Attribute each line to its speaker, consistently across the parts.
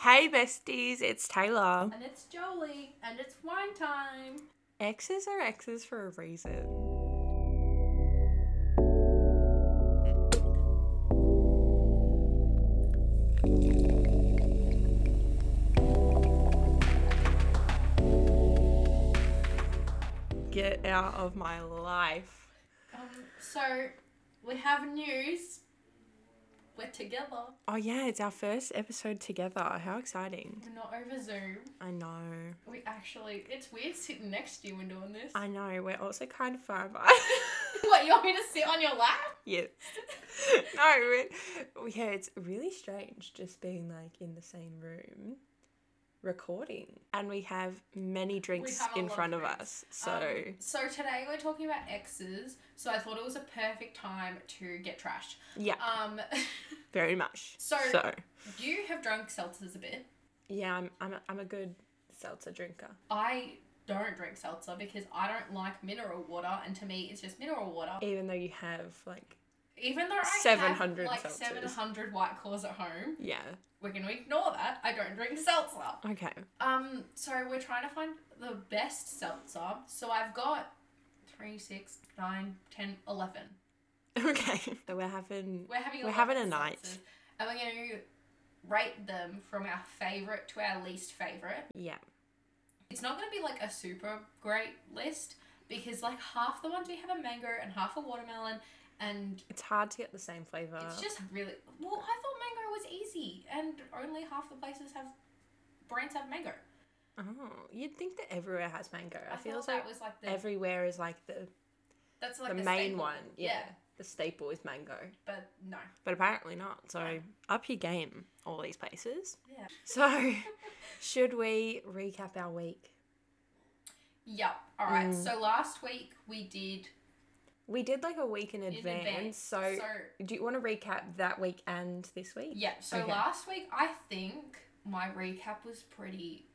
Speaker 1: Hey besties, it's Taylor.
Speaker 2: And it's Jolie, and it's wine time.
Speaker 1: X's are X's for a reason. Get out of my life.
Speaker 2: Um, so we have news. We're together.
Speaker 1: Oh, yeah, it's our first episode together. How exciting!
Speaker 2: We're not over Zoom.
Speaker 1: I know.
Speaker 2: We actually, it's weird sitting next to you and doing this.
Speaker 1: I know. We're also kind of far apart.
Speaker 2: what, you want me to sit on your lap?
Speaker 1: yeah. no, it, yeah, it's really strange just being like in the same room recording. And we have many drinks
Speaker 2: have a
Speaker 1: in
Speaker 2: lot of
Speaker 1: front of
Speaker 2: drinks.
Speaker 1: us. So,
Speaker 2: Um, so today we're talking about exes. So I thought it was a perfect time to get trashed.
Speaker 1: yeah,
Speaker 2: Um,
Speaker 1: very much. So,
Speaker 2: so- you have drunk seltzers a bit.
Speaker 1: yeah, I'm, I'm, a, I'm a good seltzer drinker.
Speaker 2: I don't drink seltzer because I don't like mineral water, and to me, it's just mineral water.
Speaker 1: Even though you have like,
Speaker 2: Even though I
Speaker 1: 700
Speaker 2: have like
Speaker 1: seltzers.
Speaker 2: seven hundred white claws at home,
Speaker 1: yeah,
Speaker 2: we're gonna ignore that. I don't drink seltzer.
Speaker 1: okay.
Speaker 2: Um, so we're trying to find the best seltzer. So I've got three, six, nine, ten, eleven.
Speaker 1: Okay. So we're having,
Speaker 2: We're having
Speaker 1: We're having
Speaker 2: 11
Speaker 1: a night.
Speaker 2: seltzers, and we're gonna rate them from our favorite to our least favorite.
Speaker 1: yeah,
Speaker 2: It's not gonna be like a super great list because like half the ones we have are mango and half are watermelon, and
Speaker 1: it's hard to get the same flavour.
Speaker 2: It's just really well. I thought mango was easy, and only half the places have brands have mango.
Speaker 1: oh, you'd think that everywhere has mango. I,
Speaker 2: I,
Speaker 1: feel
Speaker 2: feel
Speaker 1: like
Speaker 2: that was like the
Speaker 1: everywhere is like the
Speaker 2: that's like
Speaker 1: the, main
Speaker 2: staple.
Speaker 1: one. Yeah. The staple is mango.
Speaker 2: but no,
Speaker 1: But apparently not. So
Speaker 2: Yeah.
Speaker 1: up your game, all these places.
Speaker 2: yeah,
Speaker 1: So should we recap our week?
Speaker 2: yep. All right.
Speaker 1: Mm.
Speaker 2: So last week we did
Speaker 1: We did like a week in
Speaker 2: in
Speaker 1: advance.
Speaker 2: advance.
Speaker 1: So, do you want to recap that week and this week?
Speaker 2: yeah. So
Speaker 1: Okay.
Speaker 2: last week I think my recap was pretty.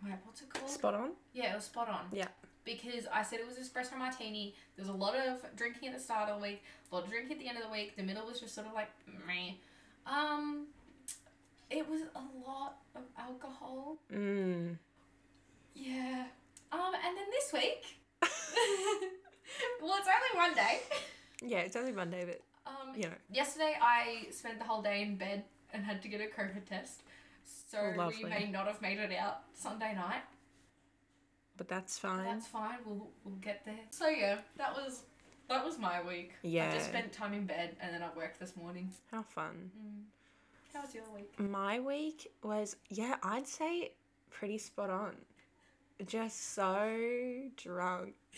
Speaker 2: My what's it called?
Speaker 1: Spot on.
Speaker 2: Yeah, it was spot on.
Speaker 1: Yeah.
Speaker 2: Because I said it was espresso martini. There was a lot of drinking at the start of the week, a lot of drinking at the end of the week. The middle was just sort of like meh. Um, it was a lot of alcohol.
Speaker 1: Mm.
Speaker 2: Yeah. Um, and then this week, well, it's only one day.
Speaker 1: yeah, it's only Monday, but
Speaker 2: Um,
Speaker 1: you know,
Speaker 2: yesterday I spent the whole day in bed and had to get a COVID test, so
Speaker 1: Oh, Lovely.
Speaker 2: we may not have made it out Sunday night.
Speaker 1: but that's fine.
Speaker 2: That's fine. We'll we'll get there. So yeah, that was that was my week. I
Speaker 1: Yeah.
Speaker 2: just spent time in bed and then I worked this morning.
Speaker 1: How fun.
Speaker 2: How was your week?
Speaker 1: My week was, yeah, I'd say pretty spot on. Just so drunk.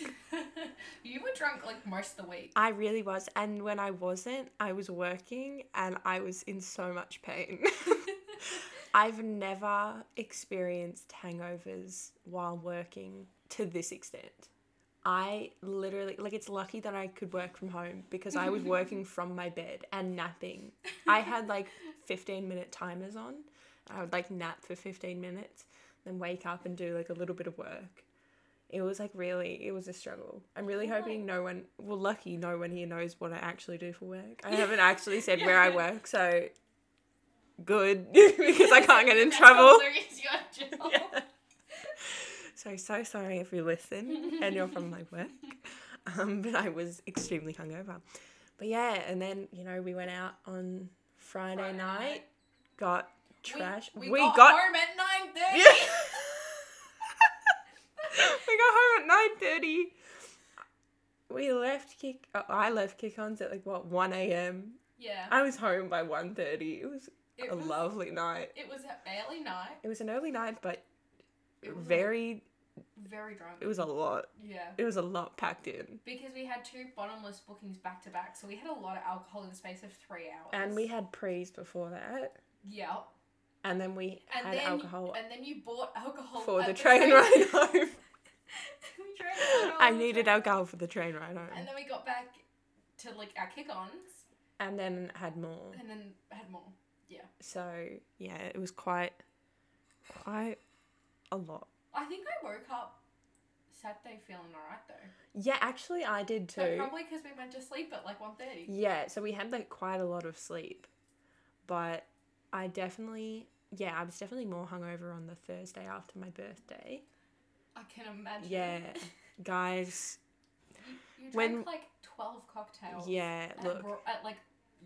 Speaker 2: you were drunk like most of the week.
Speaker 1: I really was. And when I wasn't, I was working and I was in so much pain. I've never experienced hangovers while working to this extent. I literally, like, it's lucky that I could work from home because I was working from my bed and napping. I had like 15 minute timers on. I would like nap for 15 minutes, then wake up and do like a little bit of work. It was like really, it was a struggle. I'm really
Speaker 2: Well,
Speaker 1: hoping no one, well, lucky no one here knows what I actually do for work. I haven't actually said where I work, so good because I can't get in
Speaker 2: That's
Speaker 1: trouble.
Speaker 2: also is your job.
Speaker 1: Yeah. So so sorry if you listen and you're from my work, um, but I was extremely hungover. But yeah, and then you know we went out on Friday,
Speaker 2: Friday
Speaker 1: night,
Speaker 2: night.
Speaker 1: got
Speaker 2: We-
Speaker 1: trash.
Speaker 2: We, got, home at nine thirty.
Speaker 1: yeah. we got home at nine thirty. We left kick. Oh, I left kick-ons at like what one a.m.
Speaker 2: Yeah.
Speaker 1: I was home by 1.30. It was
Speaker 2: It
Speaker 1: a
Speaker 2: was,
Speaker 1: lovely night.
Speaker 2: It was an early night.
Speaker 1: It was an early night, but
Speaker 2: It was a-
Speaker 1: very.
Speaker 2: Very drunk.
Speaker 1: It was a lot.
Speaker 2: yeah.
Speaker 1: It was a lot packed in.
Speaker 2: Because we had two bottomless bookings back to back, so we had a lot of alcohol in the space of three hours.
Speaker 1: And we had prees before that,
Speaker 2: yeah.
Speaker 1: and then we
Speaker 2: And
Speaker 1: had
Speaker 2: then
Speaker 1: alcohol
Speaker 2: and then you bought alcohol
Speaker 1: for
Speaker 2: at
Speaker 1: the train ride home.
Speaker 2: We drank alcohol
Speaker 1: I
Speaker 2: on the
Speaker 1: needed
Speaker 2: train.
Speaker 1: alcohol for the train ride home,
Speaker 2: And then we got back to like our kick-ons,
Speaker 1: and then had more.
Speaker 2: and then had more.
Speaker 1: So yeah, it was quite, quite a lot.
Speaker 2: I think I woke up Saturday feeling alright though,
Speaker 1: Yeah, actually, I did too.
Speaker 2: but probably because we went to sleep at like 1.30.
Speaker 1: Yeah, so we had like quite a lot of sleep, but I definitely yeah, I was definitely more hungover on the Thursday after my birthday.
Speaker 2: I can imagine.
Speaker 1: Yeah. Guys,
Speaker 2: You, you drank
Speaker 1: When-
Speaker 2: like 12 cocktails.
Speaker 1: yeah,
Speaker 2: At,
Speaker 1: look.
Speaker 2: bro- at like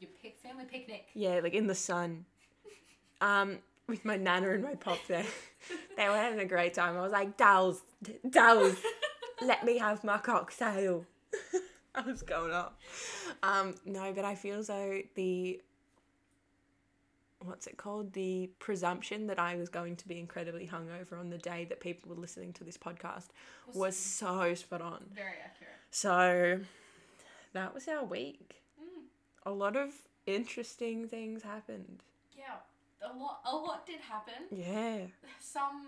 Speaker 2: your pic- family picnic.
Speaker 1: Yeah, like in the sun. Um, with my nana and my pop there. They were having a great time. I was like, dolls, d- dolls, let me have my cocktail. I was going up. Um, no, but I feel as though the what's it called? The presumption that I was going to be incredibly hungover on the day that people were listening to this podcast
Speaker 2: Was
Speaker 1: was so spot on.
Speaker 2: very accurate.
Speaker 1: So that was our week.
Speaker 2: Mm.
Speaker 1: A lot of interesting things happened.
Speaker 2: Yeah, a lot, a lot did happen.
Speaker 1: Yeah.
Speaker 2: Some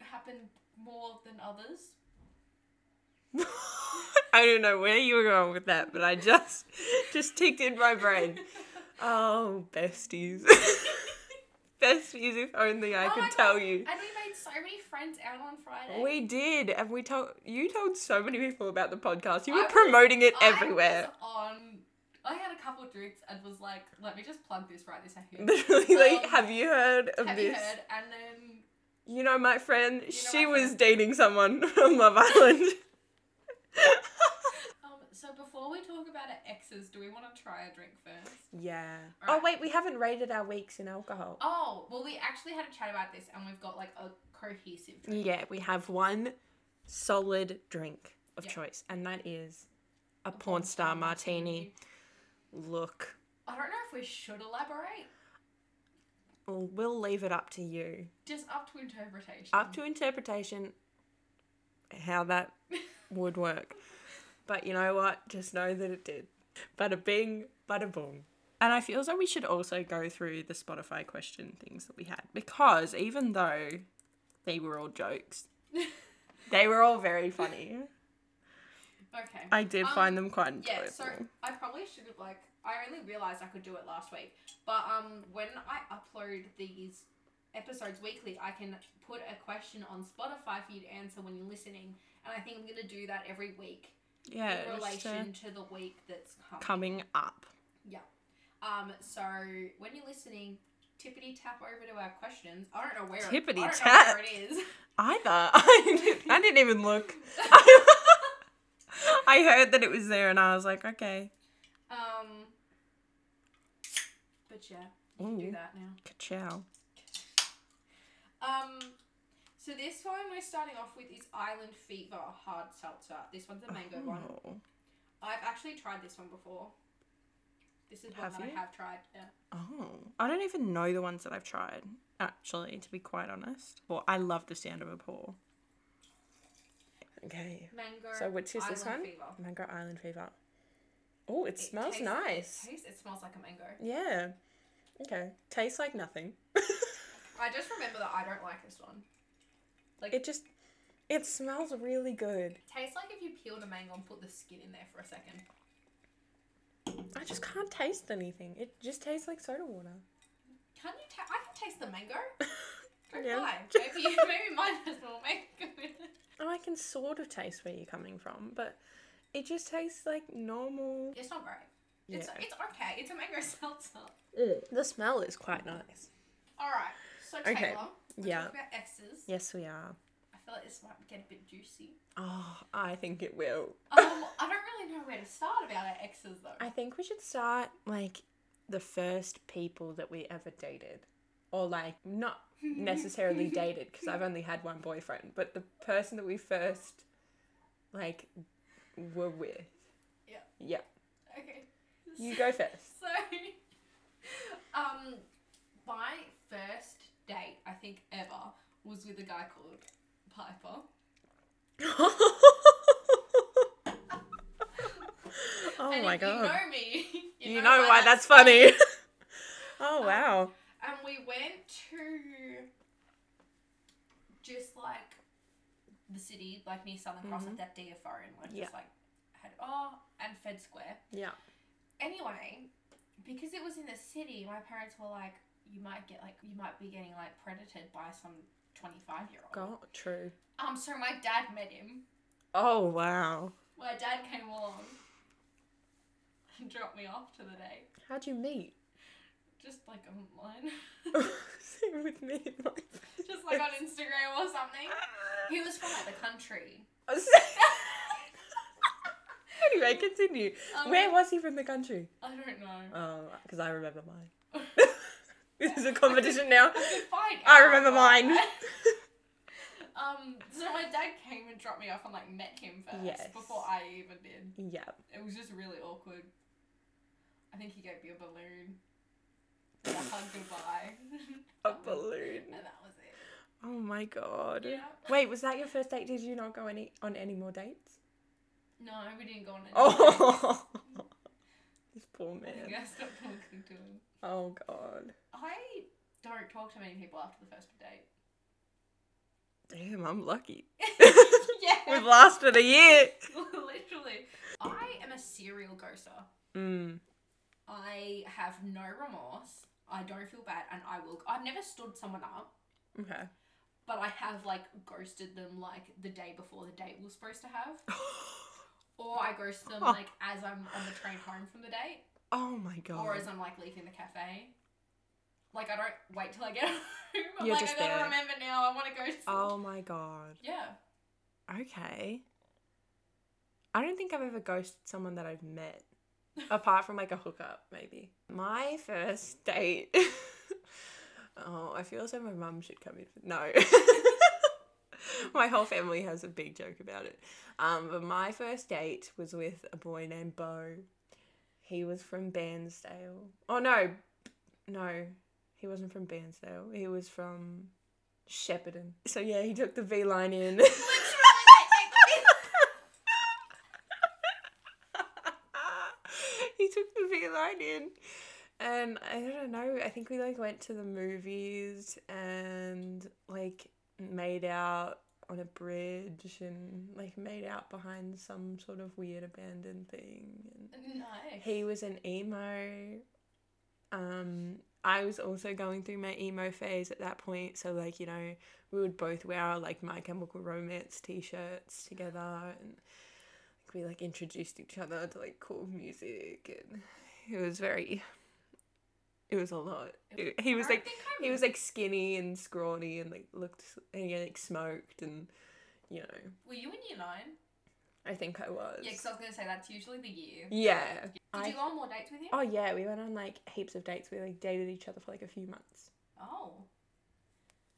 Speaker 2: happened more than others.
Speaker 1: I don't know where you were going with that, but I just just ticked in my brain. Oh, besties. besties if only I
Speaker 2: Oh my
Speaker 1: could
Speaker 2: God,
Speaker 1: tell you.
Speaker 2: And we made so many friends out on Friday.
Speaker 1: We did, and we told you told so many people about the podcast. You were
Speaker 2: I was-
Speaker 1: promoting it
Speaker 2: I
Speaker 1: everywhere.
Speaker 2: was on, I had a couple drinks and was like, let me just plug this right this second.
Speaker 1: Literally, like,
Speaker 2: Um,
Speaker 1: have you heard of
Speaker 2: Have
Speaker 1: this?
Speaker 2: you heard? And then
Speaker 1: You know my friend,
Speaker 2: know
Speaker 1: she
Speaker 2: my
Speaker 1: was
Speaker 2: friend.
Speaker 1: dating someone from Love Island.
Speaker 2: Um, so before we talk about our exes, do we want to try a drink first?
Speaker 1: yeah. Oh
Speaker 2: Alright.
Speaker 1: wait, we haven't rated our weeks in alcohol.
Speaker 2: Oh, well, we actually had a chat about this, and we've got like a cohesive. Drink.
Speaker 1: Yeah, we have one solid drink of
Speaker 2: Yeah.
Speaker 1: choice, and that is a, porn star martini. Look,
Speaker 2: I don't know if we should elaborate.
Speaker 1: we'll, we'll leave it up to you,
Speaker 2: Just up to interpretation.
Speaker 1: up to interpretation, how that would work. But you know what? Just know that it did. Bada bing, bada boom. And I feel as though we should also go through the Spotify question things that we had because even though they were all jokes, they were all very funny.
Speaker 2: okay.
Speaker 1: I did
Speaker 2: Um,
Speaker 1: find them quite enjoyable.
Speaker 2: yeah. So I probably should have like I only realized I could do it last week, but um when I upload these episodes weekly, I can put a question on Spotify for you to answer when you're listening, and I think I'm gonna do that every week
Speaker 1: yeah,
Speaker 2: in
Speaker 1: just, uh,
Speaker 2: relation to the week that's coming.
Speaker 1: coming up.
Speaker 2: Um, so when you're listening, tippity tap over to our questions. I don't know where
Speaker 1: Tippity
Speaker 2: I don't
Speaker 1: tap.
Speaker 2: Know where it is.
Speaker 1: Either I didn't, I didn't even look. I heard that it was there, and I was like, okay,
Speaker 2: um, but yeah, you can
Speaker 1: Ooh.
Speaker 2: do that now.
Speaker 1: ka-chow.
Speaker 2: Um, so this one we're starting off with is Island Fever Hard Seltzer. This one's a mango one.
Speaker 1: Oh.
Speaker 2: I've actually tried this one before. This is one
Speaker 1: Have
Speaker 2: that
Speaker 1: you?
Speaker 2: I have tried. Yeah.
Speaker 1: oh, I don't even know the ones that I've tried. Actually, to be quite honest, well, I love the sound of a pour. Okay,
Speaker 2: Mango.
Speaker 1: So which is
Speaker 2: Island
Speaker 1: this one?
Speaker 2: Fever.
Speaker 1: mango island fever. Oh, it,
Speaker 2: It
Speaker 1: smells
Speaker 2: tastes-
Speaker 1: nice.
Speaker 2: It, tastes, it smells like a mango.
Speaker 1: yeah. Okay. Tastes like nothing.
Speaker 2: I just remember that I don't like this one.
Speaker 1: it just, it smells really good.
Speaker 2: Tastes like if you peeled a mango and put the skin in there for a second.
Speaker 1: I just can't taste anything. It just tastes like soda water.
Speaker 2: Can you? Ta- I can taste the mango. Don't
Speaker 1: Yeah.
Speaker 2: lie. Maybe maybe mine has more mango. in it.
Speaker 1: Oh, I can sort of taste where you're coming from, but it just tastes like normal.
Speaker 2: It's not great. It's
Speaker 1: Yeah.
Speaker 2: it's okay. It's a mango seltzer.
Speaker 1: The smell is quite nice.
Speaker 2: All right. So Taylor,
Speaker 1: Okay.
Speaker 2: we're
Speaker 1: Yeah.
Speaker 2: talking about exes.
Speaker 1: Yes, we are.
Speaker 2: I feel like this might get a bit juicy.
Speaker 1: Oh, I think it will.
Speaker 2: Um, I don't really know where to start about our exes though.
Speaker 1: I think we should start like the first people that we ever dated. Or like not necessarily dated because I've only had one boyfriend, but the person that we first like were with.
Speaker 2: Yeah.
Speaker 1: Yeah.
Speaker 2: okay.
Speaker 1: You go first.
Speaker 2: So, um, my first date I think ever was with a guy called Piper.
Speaker 1: oh
Speaker 2: and
Speaker 1: my
Speaker 2: if
Speaker 1: god.
Speaker 2: You know me.
Speaker 1: You, know, why, that's funny. oh wow.
Speaker 2: And we went to just like the city, like near Southern Cross, like that DFO, and we
Speaker 1: Mm-hmm. Yeah.
Speaker 2: just like had oh and Fed Square.
Speaker 1: Yeah.
Speaker 2: Anyway, because it was in the city, my parents were like, "You might get like you might be getting like predated by some twenty five year old."
Speaker 1: God, true.
Speaker 2: Um, so my dad met him.
Speaker 1: Oh wow.
Speaker 2: My dad came along and dropped me off to the day.
Speaker 1: How'd you meet?
Speaker 2: Just like online.
Speaker 1: Same with me. like-
Speaker 2: Just like on Instagram or something. He was from like the country.
Speaker 1: anyway, continue.
Speaker 2: Um,
Speaker 1: Where was he from the country?
Speaker 2: I don't know.
Speaker 1: Oh, because I remember mine.
Speaker 2: I
Speaker 1: this is a competition now.
Speaker 2: could find
Speaker 1: I
Speaker 2: out
Speaker 1: remember
Speaker 2: about
Speaker 1: mine.
Speaker 2: that. um, so my dad came and dropped me off and like met him first
Speaker 1: Yes.
Speaker 2: before I even did.
Speaker 1: yeah.
Speaker 2: It was just really awkward. I think he gave me a balloon. A hug goodbye.
Speaker 1: A balloon.
Speaker 2: and that was it.
Speaker 1: Oh my god.
Speaker 2: Yeah.
Speaker 1: Wait, was that your first date? Did you not go any on any more dates?
Speaker 2: No, we didn't go on it.
Speaker 1: Oh, this poor
Speaker 2: I think
Speaker 1: man.
Speaker 2: I stopped talking to him.
Speaker 1: Oh god.
Speaker 2: I don't talk to many people after the first date.
Speaker 1: Damn, I'm lucky.
Speaker 2: yeah.
Speaker 1: We've lasted a year.
Speaker 2: Literally. I am a serial ghoster.
Speaker 1: Mm.
Speaker 2: I have no remorse. I don't feel bad and I will I've never stood someone up,
Speaker 1: Okay.
Speaker 2: but I have like ghosted them like the day before the date we are supposed to have. Or I ghost them like as I'm on the train home from the date.
Speaker 1: oh my god.
Speaker 2: or as I'm like leaving the cafe. Like I don't wait till I get home. I'm
Speaker 1: You're
Speaker 2: like
Speaker 1: just
Speaker 2: I gotta
Speaker 1: there.
Speaker 2: remember now. I want to go. To
Speaker 1: oh my god.
Speaker 2: Yeah.
Speaker 1: Okay. I don't think I've ever ghosted someone that I've met, apart from like a hookup, maybe. My first date. oh, I feel as though my mum should come in. For- no. my whole family has a big joke about it. Um, but my first date was with a boy named Bo. He was from Bairnsdale. Oh, no. No. He wasn't from Bairnsdale. He was from Shepparton. So, yeah, he took the V line in. he took the V line in, and I don't know. I think we like went to the movies and like made out on a bridge and like made out behind some sort of weird abandoned thing. And
Speaker 2: nice.
Speaker 1: he was an emo. Um, I was also going through my emo phase at that point, so like you know, we would both wear our like My Chemical Romance t-shirts together, and like, we like introduced each other to like cool music, and it was very, it was a lot. It- he was
Speaker 2: I don't
Speaker 1: like
Speaker 2: think I
Speaker 1: he was like skinny and scrawny and like looked and he like smoked and you know
Speaker 2: Were you in year nine?
Speaker 1: I think I was
Speaker 2: Yeah, because I was gonna say that's usually the year. Did
Speaker 1: yeah. I-
Speaker 2: you go on more dates with him?
Speaker 1: Oh yeah, we went on like heaps of dates. We like dated each other for like a few months.
Speaker 2: Oh.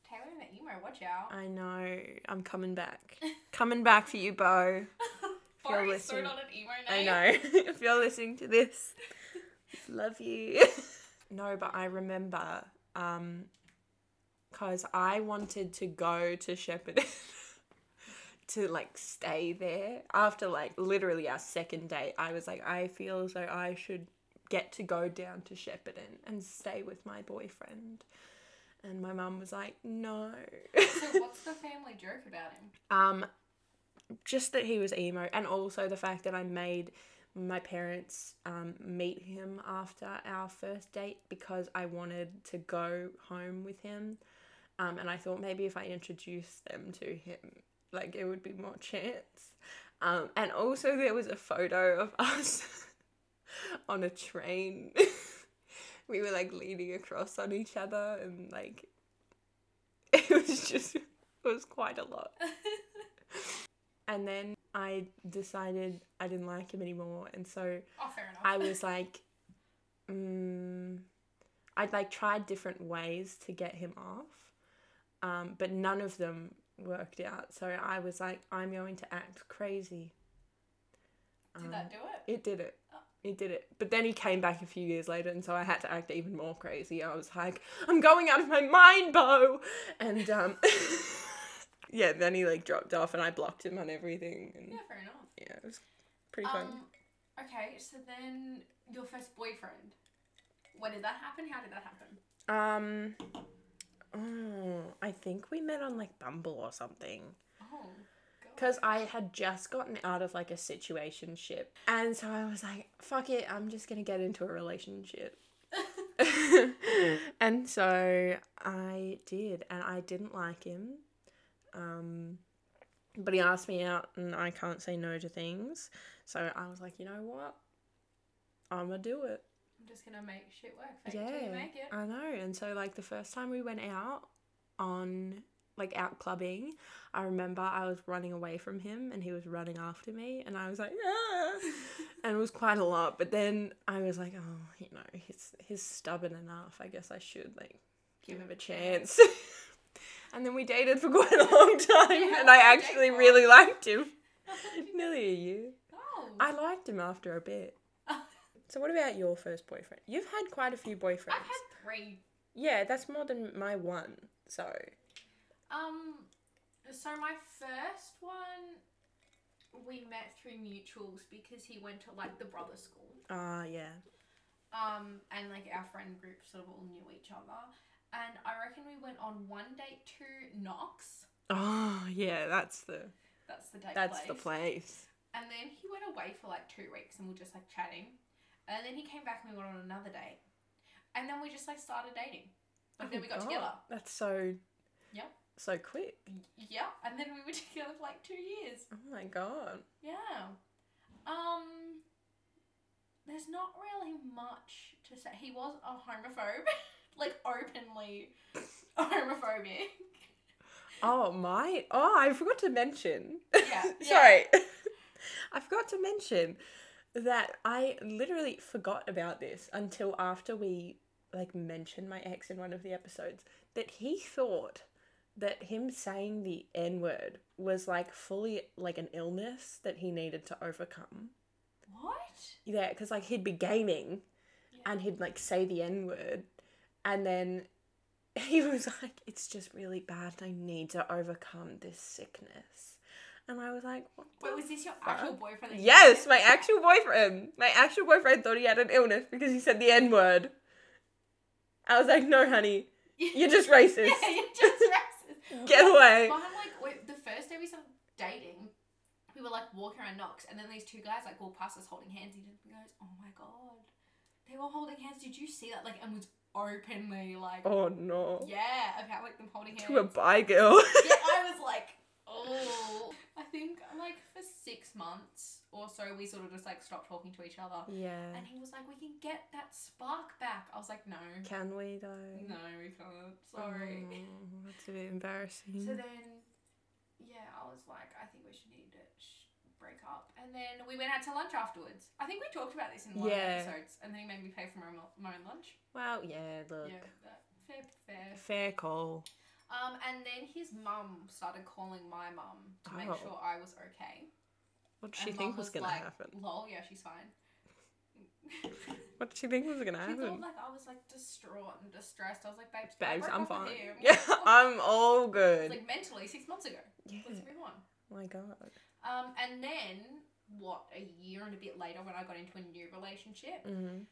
Speaker 2: Taylor and the emo, watch out.
Speaker 1: I know. I'm coming back. coming back for you, Bo.
Speaker 2: Far is so
Speaker 1: listening-
Speaker 2: not an emo
Speaker 1: I
Speaker 2: name.
Speaker 1: know. if you're listening to this, love you. no, but I remember um cuz I wanted to go to Shepherd to like stay there after like literally our second date. I was like I feel as though I should get to go down to Shepparton and stay with my boyfriend. And my mum was like, "No."
Speaker 2: So what's the family joke about him?
Speaker 1: Um, just that he was emo, and also the fact that I made my parents um, meet him after our first date because I wanted to go home with him, um, and I thought maybe if I introduced them to him, like it would be more chance. Um, and also there was a photo of us on a train. we were like leaning across on each other, and like it was just it was quite a lot.
Speaker 2: Oh,
Speaker 1: And then I decided I didn't like him anymore. And so
Speaker 2: oh, fair enough.
Speaker 1: I was like, mm, I'd like tried different ways to get him off, um, but none of them worked out. So I was like, I'm going to act crazy.
Speaker 2: Did
Speaker 1: Um,
Speaker 2: that do it?
Speaker 1: It did it.
Speaker 2: Oh.
Speaker 1: It did it. But then he came back a few years later, and so I had to act even more crazy. I was like, I'm going out of my mind, Bo! And, um, yeah, then he, like, dropped off, and I blocked him on everything. And,
Speaker 2: Yeah, fair enough.
Speaker 1: yeah, it was pretty fun.
Speaker 2: Um, okay, so then your first boyfriend. When did that happen? How did that happen?
Speaker 1: Um, oh, I think we met on, like, Bumble or something.
Speaker 2: Oh, God.
Speaker 1: Because I had just gotten out of, like, a situationship. And so I was like, fuck it, I'm just gonna get into a relationship. and so I did, and I didn't like him. Um, but he asked me out, and I can't say no to things. So I was like, you know what? I'm gonna do it.
Speaker 2: I'm just gonna make shit work. Fake it till you
Speaker 1: Yeah.
Speaker 2: make it.
Speaker 1: I know. And so, like, the first time we went out on, like, out clubbing, I remember I was running away from him and he was running after me. And I was like, ah! and it was quite a lot. But then I was like, oh, you know, he's, he's stubborn enough. I guess I should, like, give him a chance. and then we dated for quite a long time.
Speaker 2: Yeah,
Speaker 1: and I
Speaker 2: how long did you date
Speaker 1: actually
Speaker 2: for?
Speaker 1: really liked him. Nearly a year.
Speaker 2: oh.
Speaker 1: I liked him after a bit. So, what about your first boyfriend? You've had quite a few boyfriends.
Speaker 2: I've had three.
Speaker 1: Yeah, that's more than my one. So
Speaker 2: Um, so my first one, we met through mutuals because he went to like the brother school.
Speaker 1: ah yeah.
Speaker 2: Um, and like our friend group sort of all knew each other. And I reckon we went on one date to Knox.
Speaker 1: Oh yeah, that's the
Speaker 2: That's the date.
Speaker 1: that's
Speaker 2: place.
Speaker 1: the place.
Speaker 2: And then he went away for like two weeks and we were just like chatting. And then he came back and we went on another date. And then we just like started dating. Like then
Speaker 1: Oh,
Speaker 2: we got
Speaker 1: God,
Speaker 2: together.
Speaker 1: That's so
Speaker 2: Yep.
Speaker 1: so quick.
Speaker 2: Yeah. And then we were together for like two years.
Speaker 1: Oh my god.
Speaker 2: Yeah. Um there's not really much to say. He was a homophobe. like openly homophobic.
Speaker 1: Oh my oh I forgot to mention.
Speaker 2: Yeah, yeah.
Speaker 1: Sorry. I forgot to mention that I literally forgot about this until after we like mentioned my ex in one of the episodes that he thought that him saying the N word was like fully like an illness that he needed to overcome.
Speaker 2: What?
Speaker 1: Yeah, because like he'd be gaming
Speaker 2: Yeah.
Speaker 1: and he'd like say the N word and then he was like, It's just really bad. I need to overcome this sickness. And I was like, what
Speaker 2: Wait,
Speaker 1: the
Speaker 2: was this your actual
Speaker 1: fuck?
Speaker 2: boyfriend? that you
Speaker 1: Yes,
Speaker 2: met?
Speaker 1: my actual boyfriend. My actual boyfriend thought he had an illness because he said the N word. I was like, no, honey, you're just racist.
Speaker 2: Yeah, you're just racist.
Speaker 1: Get away.
Speaker 2: Mine, like, wait, the first day we started dating, we were like walking around Knox, and then these two guys like walked past us holding hands. And he goes, "Oh my god, they were holding hands. Did you see that?" Like, and was openly like,
Speaker 1: Oh no.
Speaker 2: "Yeah," about like them holding hands.
Speaker 1: To a bi girl.
Speaker 2: yeah, I was like, "Oh." I think like for six months or so, we sort of just like stopped talking to each other.
Speaker 1: yeah.
Speaker 2: And he was like, "We can get that spark back." I was like, "No,
Speaker 1: Can we though?
Speaker 2: no, we can't. Sorry."
Speaker 1: Oh, that's a bit embarrassing.
Speaker 2: So then, yeah, I was like, I think we should need to sh- break up. And then we went out to lunch afterwards. I think we talked about this in one of the
Speaker 1: Yeah.
Speaker 2: episodes. And then he made me pay for my, own- my own lunch.
Speaker 1: well, yeah, look.
Speaker 2: Yeah, that, fair, fair.
Speaker 1: Fair call.
Speaker 2: Um, and then his mum started calling my mum to make
Speaker 1: Oh.
Speaker 2: sure I was okay.
Speaker 1: What did she
Speaker 2: And
Speaker 1: think
Speaker 2: mum
Speaker 1: was, gonna
Speaker 2: like,
Speaker 1: happen?
Speaker 2: Lol, yeah, she's fine.
Speaker 1: What did she think was gonna
Speaker 2: She thought
Speaker 1: happen?
Speaker 2: like I was like distraught and distressed. I was like, babes, I
Speaker 1: Babes,
Speaker 2: broke
Speaker 1: I'm
Speaker 2: up
Speaker 1: fine.
Speaker 2: with you.
Speaker 1: Yeah, I'm all
Speaker 2: It's
Speaker 1: good.
Speaker 2: like mentally six months ago.
Speaker 1: Yeah.
Speaker 2: Let's move on.
Speaker 1: My God.
Speaker 2: Um, and then what a year and a bit later, when I got into a new relationship,
Speaker 1: Mm-hmm.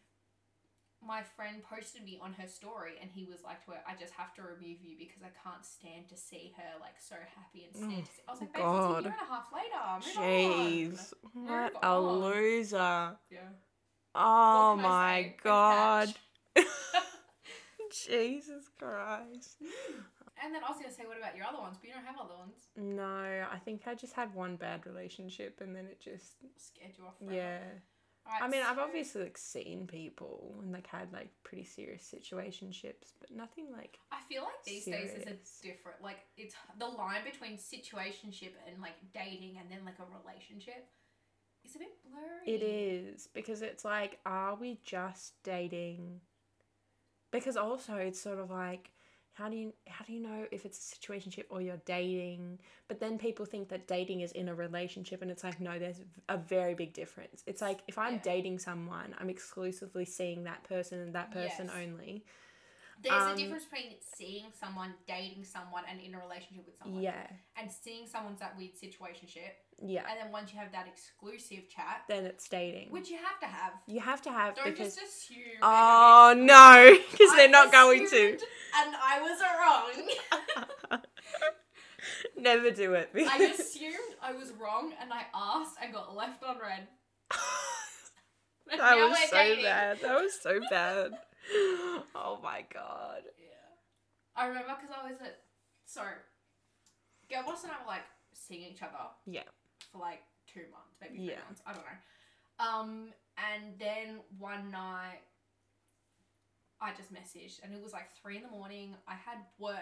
Speaker 2: my friend posted me on her story, and he was like to her, "I just have to remove you because I can't stand to see her like so happy and sad." to see-" I was like, "Babe, it's a
Speaker 1: Oh God.
Speaker 2: year and a half later. Move
Speaker 1: Jeez,
Speaker 2: Move
Speaker 1: what a
Speaker 2: on.
Speaker 1: loser!
Speaker 2: On. Yeah.
Speaker 1: Oh
Speaker 2: What can I say?
Speaker 1: my
Speaker 2: Good
Speaker 1: god,
Speaker 2: catch.
Speaker 1: Jesus Christ!
Speaker 2: and then I was gonna say, what about your other ones? But you don't have other ones.
Speaker 1: No, I think I just had one bad relationship, and then it just
Speaker 2: Scared you off. forever.
Speaker 1: yeah.
Speaker 2: Alright,
Speaker 1: I mean, I've
Speaker 2: so-
Speaker 1: obviously like seen people and like had like pretty serious situationships, but nothing like
Speaker 2: I feel like these days
Speaker 1: Serious.
Speaker 2: is a different. Like it's the line between situationship and like dating, and then like a relationship. is a bit blurry.
Speaker 1: It is because it's like, are we just dating? Because also it's sort of like, how do you how do you know if it's a situationship or you're dating? But then people think that dating is in a relationship, and it's like, no, there's a very big difference. It's like if I'm
Speaker 2: Yeah.
Speaker 1: dating someone, I'm exclusively seeing that person and that person
Speaker 2: Yes.
Speaker 1: only.
Speaker 2: There's
Speaker 1: Um,
Speaker 2: a difference between seeing someone, dating someone, and in a relationship with someone.
Speaker 1: Yeah,
Speaker 2: And seeing someone's that weird situationship,
Speaker 1: yeah.
Speaker 2: and then once you have that exclusive chat,
Speaker 1: Then it's dating,
Speaker 2: which you have to have.
Speaker 1: you have to have
Speaker 2: Don't
Speaker 1: because
Speaker 2: just assume. they're gonna
Speaker 1: oh
Speaker 2: be-
Speaker 1: no, because
Speaker 2: I
Speaker 1: they're not going to.
Speaker 2: assumed, And I was wrong.
Speaker 1: Never do it.
Speaker 2: I assumed I was wrong, and I asked and got left on red. And
Speaker 1: That
Speaker 2: now
Speaker 1: was
Speaker 2: we're
Speaker 1: so
Speaker 2: dating.
Speaker 1: bad. That was so bad. oh my god.
Speaker 2: Yeah. I remember because I was at. So, Girl Boss and I were like seeing each other.
Speaker 1: Yeah.
Speaker 2: For like two months, maybe three
Speaker 1: Yeah.
Speaker 2: months. I don't know. Um, and then one night I just messaged and it was like three in the morning. I had work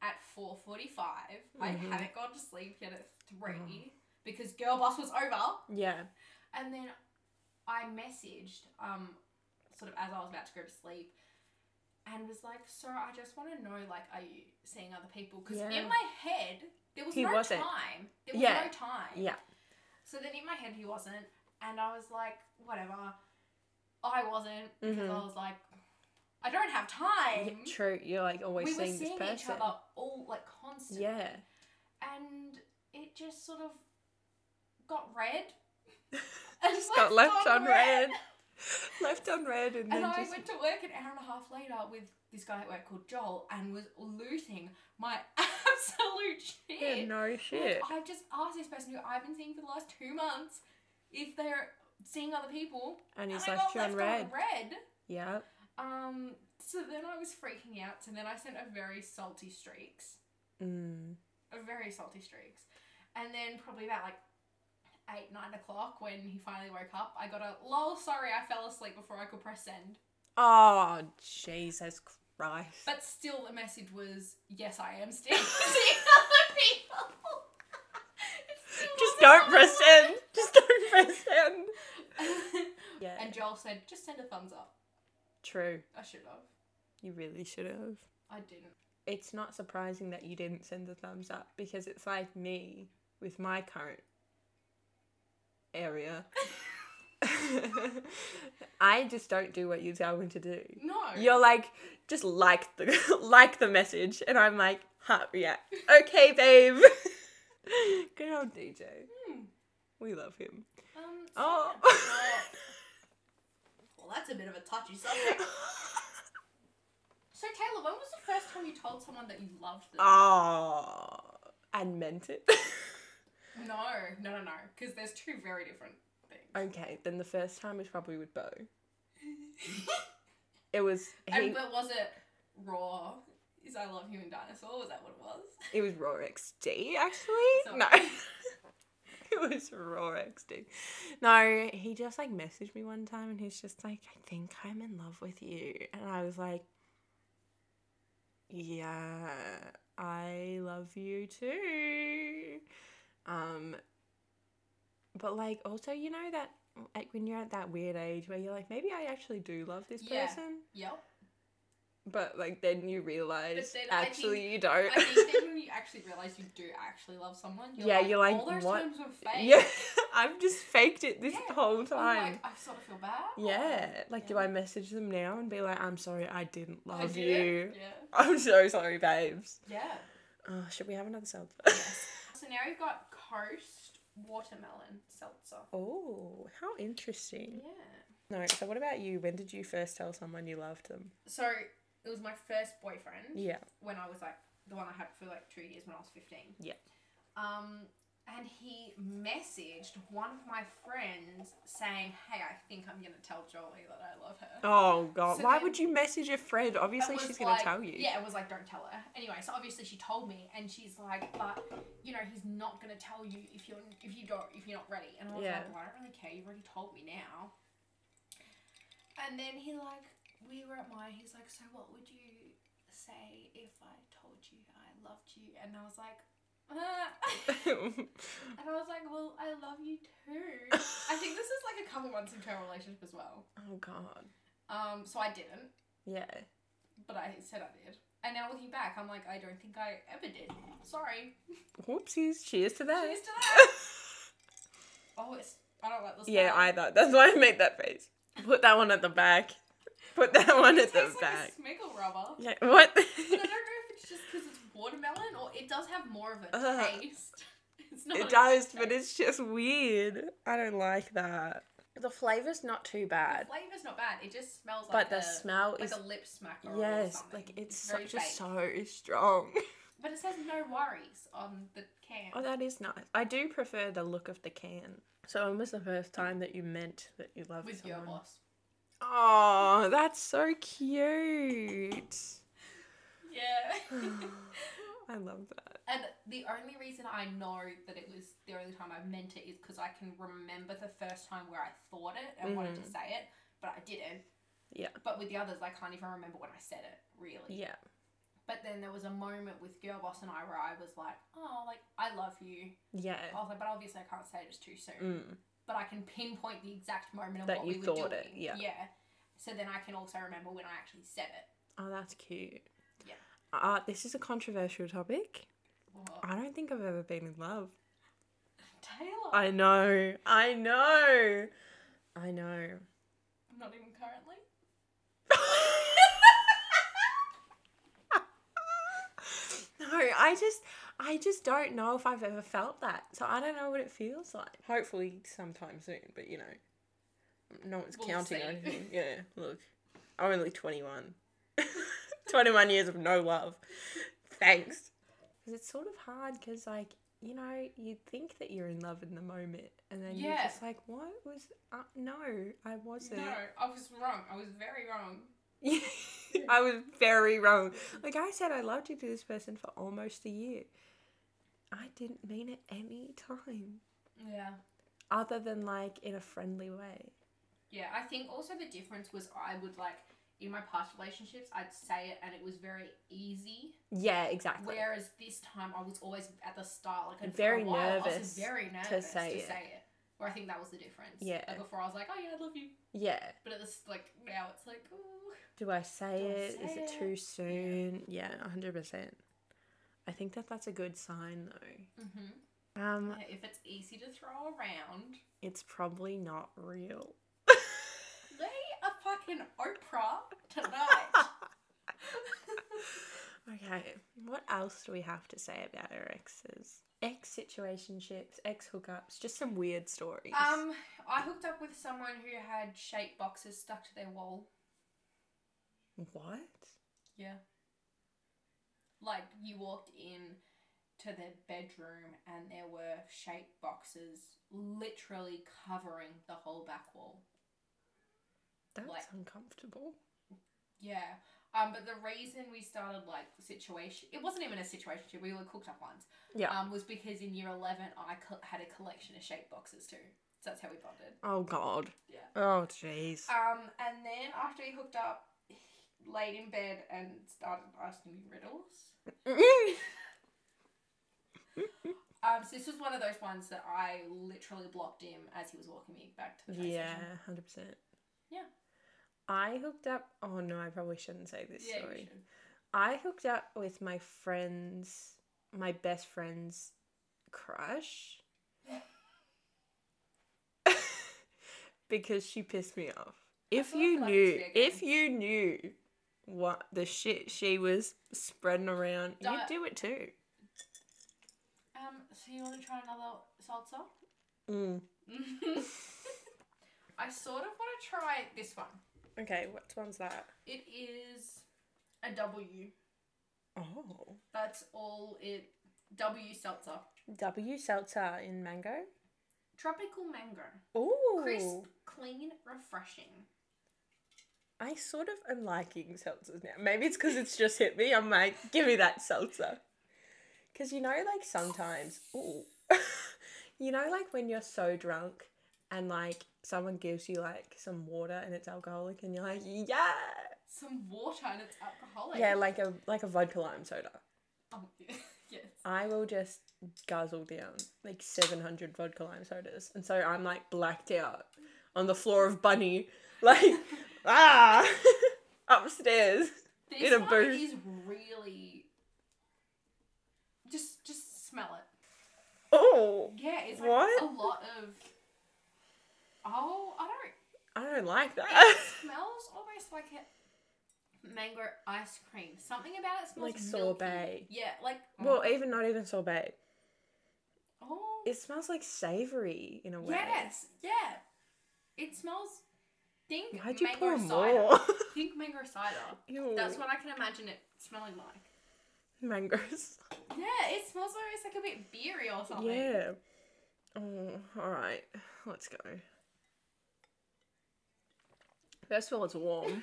Speaker 2: at four I
Speaker 1: Mhm.
Speaker 2: hadn't gone to sleep yet at three because girl boss was over.
Speaker 1: Yeah.
Speaker 2: And then I messaged, um, sort of as I was about to go to sleep, and was like, "So I just want to know, like, are you seeing other people?" Because
Speaker 1: Yeah.
Speaker 2: in my head, there was
Speaker 1: He
Speaker 2: no
Speaker 1: wasn't.
Speaker 2: time. There was
Speaker 1: Yeah.
Speaker 2: no time.
Speaker 1: Yeah.
Speaker 2: So then in my head, he wasn't, and I was like, "Whatever." I wasn't because I
Speaker 1: Mhm.
Speaker 2: was like, "I don't have time."
Speaker 1: Yeah, True. You're like always
Speaker 2: we were
Speaker 1: seeing
Speaker 2: seeing
Speaker 1: this person.
Speaker 2: each other all like constantly.
Speaker 1: Yeah.
Speaker 2: And it just sort of got red. And
Speaker 1: just got left on red. left on red and, then
Speaker 2: And I
Speaker 1: just
Speaker 2: went to work an hour and a half later with this guy at work called Joel and was losing my absolute shit.
Speaker 1: yeah, no shit.
Speaker 2: Like, I've just asked this person who I've been seeing for the last two months if they're seeing other people.
Speaker 1: And he's
Speaker 2: and I
Speaker 1: left
Speaker 2: got
Speaker 1: you on red.
Speaker 2: on red.
Speaker 1: Yeah.
Speaker 2: Um, so then I was freaking out. So then I sent a very salty streaks.
Speaker 1: Mm.
Speaker 2: A very salty streaks. And then probably about like eight, nine o'clock when he finally woke up, I got a lol, sorry, I fell asleep before I could press send.
Speaker 1: Oh Jesus Christ.
Speaker 2: But still, the message was, yes, I am still seeing other people. It still
Speaker 1: just
Speaker 2: wasn't
Speaker 1: don't press
Speaker 2: over.
Speaker 1: send. Just don't press send. Yeah.
Speaker 2: and Joel said, just send a thumbs up.
Speaker 1: True.
Speaker 2: I should have.
Speaker 1: You really should have.
Speaker 2: I didn't.
Speaker 1: It's not surprising that you didn't send the thumbs up because it's like me with my current area. I just don't do what you tell me to do.
Speaker 2: No.
Speaker 1: You're like, just like the like the message, and I'm like, heart react. Okay, babe. Good old DJ.
Speaker 2: Hmm.
Speaker 1: We love him.
Speaker 2: Um, so
Speaker 1: Oh.
Speaker 2: I had- well, that's a bit of a touchy
Speaker 1: Oh.
Speaker 2: subject. So, Taylor, when was the first time you told someone that you loved them?
Speaker 1: oh, and meant it.
Speaker 2: no, no, no, no. Because there's two very different things.
Speaker 1: okay, then the first time was probably with Bo. It was
Speaker 2: and
Speaker 1: he.
Speaker 2: but was it raw? Is I love you and dinosaur? Was that what it was?
Speaker 1: It was Raw XD actually.
Speaker 2: Sorry.
Speaker 1: No. It was raw XD. No, he just like messaged me one time and he's just like, I think I'm in love with you. And I was like, Yeah, I love you too. Um, but like also, you know, that like when you're at that weird age where you're like, maybe I actually do love this
Speaker 2: Yeah.
Speaker 1: person,
Speaker 2: Yep.
Speaker 1: but like then you realize
Speaker 2: then I
Speaker 1: actually
Speaker 2: think-
Speaker 1: you don't.
Speaker 2: I think that when you actually realize you do actually love someone, you're
Speaker 1: Yeah,
Speaker 2: like,
Speaker 1: you're like,
Speaker 2: all those
Speaker 1: what?
Speaker 2: times were fake.
Speaker 1: yeah, I've just faked it this
Speaker 2: Yeah,
Speaker 1: whole
Speaker 2: I'm
Speaker 1: time.
Speaker 2: like, I sort of feel bad.
Speaker 1: Yeah. Like, do
Speaker 2: Yeah.
Speaker 1: I message them now and be like, I'm sorry, I didn't
Speaker 2: Oh, I
Speaker 1: love
Speaker 2: did
Speaker 1: you?
Speaker 2: it. Yeah.
Speaker 1: I'm so sorry, babes.
Speaker 2: Yeah.
Speaker 1: Oh, should we have another seltzer?
Speaker 2: So now you've got Coast Watermelon Seltzer.
Speaker 1: oh, how interesting.
Speaker 2: Yeah.
Speaker 1: No, so what about you? When did you first tell someone you loved them?
Speaker 2: So it was my first boyfriend.
Speaker 1: Yeah.
Speaker 2: when I was like the one I had for like two years when I was fifteen.
Speaker 1: Yeah.
Speaker 2: Um, and he messaged one of my friends saying, "Hey, I think I'm gonna tell Jolie that I love her."
Speaker 1: Oh, God.
Speaker 2: So
Speaker 1: Why
Speaker 2: then-
Speaker 1: would you message your friend?
Speaker 2: It
Speaker 1: Obviously,
Speaker 2: was
Speaker 1: she's going
Speaker 2: like-
Speaker 1: to tell you.
Speaker 2: Yeah, it was like, don't tell her. Anyway, so obviously she told me, and she's like, but you know, he's not gonna tell you if you're if you don't if you're not ready. And I was
Speaker 1: Yeah.
Speaker 2: like, well, I don't really care. You've already told me now. And then he like, we were at mine. He's like, so what would you say if I told you I loved you? And I was like, uh. and I was like, well, I love you too. I think this is like a couple months into our relationship as well.
Speaker 1: oh, God.
Speaker 2: Um, so I didn't
Speaker 1: Yeah.
Speaker 2: but I said I did. And now looking back, I'm like, I don't think I ever did. Sorry.
Speaker 1: Whoopsies. Cheers to that.
Speaker 2: Cheers to that. oh, it's. I don't like this.
Speaker 1: yeah,
Speaker 2: now.
Speaker 1: either. That's why I made that face. Put that one at the back. Put that one
Speaker 2: It
Speaker 1: at the
Speaker 2: tastes like
Speaker 1: back.
Speaker 2: a Smiggle rubber.
Speaker 1: Yeah, what?
Speaker 2: But I don't know if it's just because it's watermelon or it does have more of a
Speaker 1: Ugh.
Speaker 2: taste. It's not.
Speaker 1: It does, but it's just weird. I don't like that. The flavor's not too
Speaker 2: The
Speaker 1: bad,
Speaker 2: flavor's not bad. It just smells
Speaker 1: but
Speaker 2: like
Speaker 1: the
Speaker 2: a,
Speaker 1: smell
Speaker 2: like
Speaker 1: is
Speaker 2: a lip smacker. or
Speaker 1: yes,
Speaker 2: something.
Speaker 1: like it's
Speaker 2: very
Speaker 1: such a
Speaker 2: fake.
Speaker 1: so strong.
Speaker 2: But it says no worries on the can.
Speaker 1: Oh, that is nice. I do prefer the look of the can. So when was the first time that you meant that you loved
Speaker 2: with your
Speaker 1: someone?
Speaker 2: boss.
Speaker 1: Oh, that's so cute.
Speaker 2: Yeah.
Speaker 1: I love that.
Speaker 2: And the only reason I know that it was the only time I meant it is because I can remember the first time where I thought it and wanted to say it, but I didn't.
Speaker 1: Mm-hmm. Yeah.
Speaker 2: But with the others, I can't even remember when I said it, really.
Speaker 1: Yeah.
Speaker 2: But then there was a moment with Girl Boss and I where I was like, oh, like, I love you. I
Speaker 1: Yeah.
Speaker 2: was like, but obviously I can't say it, it's too soon.
Speaker 1: Mm.
Speaker 2: But I can pinpoint the exact moment of
Speaker 1: That
Speaker 2: what
Speaker 1: you
Speaker 2: we were
Speaker 1: thought it,
Speaker 2: doing.
Speaker 1: yeah.
Speaker 2: Yeah. So then I can also remember when I actually said it.
Speaker 1: Oh, that's cute.
Speaker 2: Yeah.
Speaker 1: Uh, this is a controversial topic.
Speaker 2: Well,
Speaker 1: I don't think I've ever been in love.
Speaker 2: Taylor.
Speaker 1: I know. I know. I know.
Speaker 2: Not even currently.
Speaker 1: no, I just I just don't know if I've ever felt that. So I don't know what it feels like. Hopefully sometime soon, but you know. No one's
Speaker 2: We'll
Speaker 1: counting or
Speaker 2: see.
Speaker 1: anything. Yeah, look. I'm only 21. 21 years of no love. Thanks. Cuz it's sort of hard cuz like, you know, you think that you're in love in the moment and then you're
Speaker 2: Yeah.
Speaker 1: just like, "What was uh, no, I wasn't."
Speaker 2: No, I was wrong. I was very wrong.
Speaker 1: I was very wrong. Like I said, I loved you to this person for almost a year. I didn't mean it any time,
Speaker 2: Yeah.
Speaker 1: other than like in a friendly way.
Speaker 2: Yeah, I think also the difference was I would like in my past relationships I'd say it and it was very easy.
Speaker 1: Yeah, exactly.
Speaker 2: Whereas this time I was always at the start, like I'd- for
Speaker 1: Very
Speaker 2: a while, I
Speaker 1: nervous
Speaker 2: was very nervous to
Speaker 1: say
Speaker 2: say,
Speaker 1: it.
Speaker 2: it. Or I think that was the difference.
Speaker 1: Yeah.
Speaker 2: Like before I was like, oh yeah, I love you,
Speaker 1: yeah.
Speaker 2: but at this like now it's like, ooh.
Speaker 1: Do I say
Speaker 2: Do I
Speaker 1: it? Is it
Speaker 2: say it?
Speaker 1: too soon? Yeah, hundred percent. I think that that's a good sign though.
Speaker 2: hmm
Speaker 1: Um,
Speaker 2: Yeah, if it's easy to throw around,
Speaker 1: it's probably not real.
Speaker 2: they are fucking Oprah tonight.
Speaker 1: Okay, what else do we have to say about our exes? Ex situationships, ex hookups, just some weird stories.
Speaker 2: um, I hooked up with someone who had shape boxes stuck to their wall.
Speaker 1: what?
Speaker 2: Yeah. Like you walked in to their bedroom and there were shape boxes literally covering the whole back wall.
Speaker 1: That's
Speaker 2: Like-
Speaker 1: uncomfortable.
Speaker 2: Yeah. Um, but the reason we started like situation, it wasn't even a situation. We were cooked up once.
Speaker 1: Yeah.
Speaker 2: Um, was because in year eleven I co- had a collection of shape boxes too. So that's how we bonded.
Speaker 1: Oh god.
Speaker 2: Yeah.
Speaker 1: Oh jeez.
Speaker 2: Um, and then after he hooked up, he laid in bed and started asking me riddles. Um, so this was one of those ones that I literally blocked him as he was walking me back to the train
Speaker 1: yeah,
Speaker 2: station.
Speaker 1: hundred percent.
Speaker 2: Yeah.
Speaker 1: I hooked up. Oh no, I probably shouldn't say this
Speaker 2: Yeah, you
Speaker 1: story.
Speaker 2: should.
Speaker 1: I hooked up with my friend's, my best friend's crush. because she pissed me off. If
Speaker 2: feel
Speaker 1: you
Speaker 2: like
Speaker 1: knew,
Speaker 2: it's fair
Speaker 1: if you knew what the shit she was spreading around, you'd
Speaker 2: Don't-
Speaker 1: do it too.
Speaker 2: Um, so you want to try another salsa?
Speaker 1: Mm.
Speaker 2: I sort of want to try this one.
Speaker 1: Okay, what one's that?
Speaker 2: It is a W.
Speaker 1: Oh.
Speaker 2: That's all it. W seltzer.
Speaker 1: W seltzer in mango.
Speaker 2: Tropical mango.
Speaker 1: Ooh.
Speaker 2: Crisp, clean, refreshing.
Speaker 1: I sort of am liking seltzers now. Maybe it's because it's just hit me. I'm like, give me that seltzer. Because you know, like sometimes, ooh, you know, like when you're so drunk and like someone gives you like some water and it's alcoholic and you're like, yeah,
Speaker 2: Some water and it's alcoholic.
Speaker 1: yeah, like a like a vodka lime soda.
Speaker 2: Oh, yes.
Speaker 1: I will just guzzle down like 700 vodka lime sodas. And so I'm like blacked out on the floor of Bunny, like, ah, upstairs.
Speaker 2: This
Speaker 1: in a
Speaker 2: one
Speaker 1: booth.
Speaker 2: is really just just smell it.
Speaker 1: Oh,
Speaker 2: Yeah, it's like
Speaker 1: What?
Speaker 2: a lot of Oh, I don't
Speaker 1: I don't like
Speaker 2: it
Speaker 1: that.
Speaker 2: smells almost like a mango ice cream. Something about it smells
Speaker 1: Like
Speaker 2: milky.
Speaker 1: sorbet.
Speaker 2: Yeah, like
Speaker 1: well, even not even sorbet.
Speaker 2: oh
Speaker 1: It smells like savory in a way.
Speaker 2: yes, yeah. It smells think
Speaker 1: Why'd you
Speaker 2: mango
Speaker 1: pour
Speaker 2: cider.
Speaker 1: more?
Speaker 2: Think mango cider.
Speaker 1: Ew.
Speaker 2: That's what I can imagine it smelling like.
Speaker 1: mangoes.
Speaker 2: Yeah, it smells almost like a bit beery or something.
Speaker 1: Yeah. Oh, all right. Let's go. First of all, it's warm.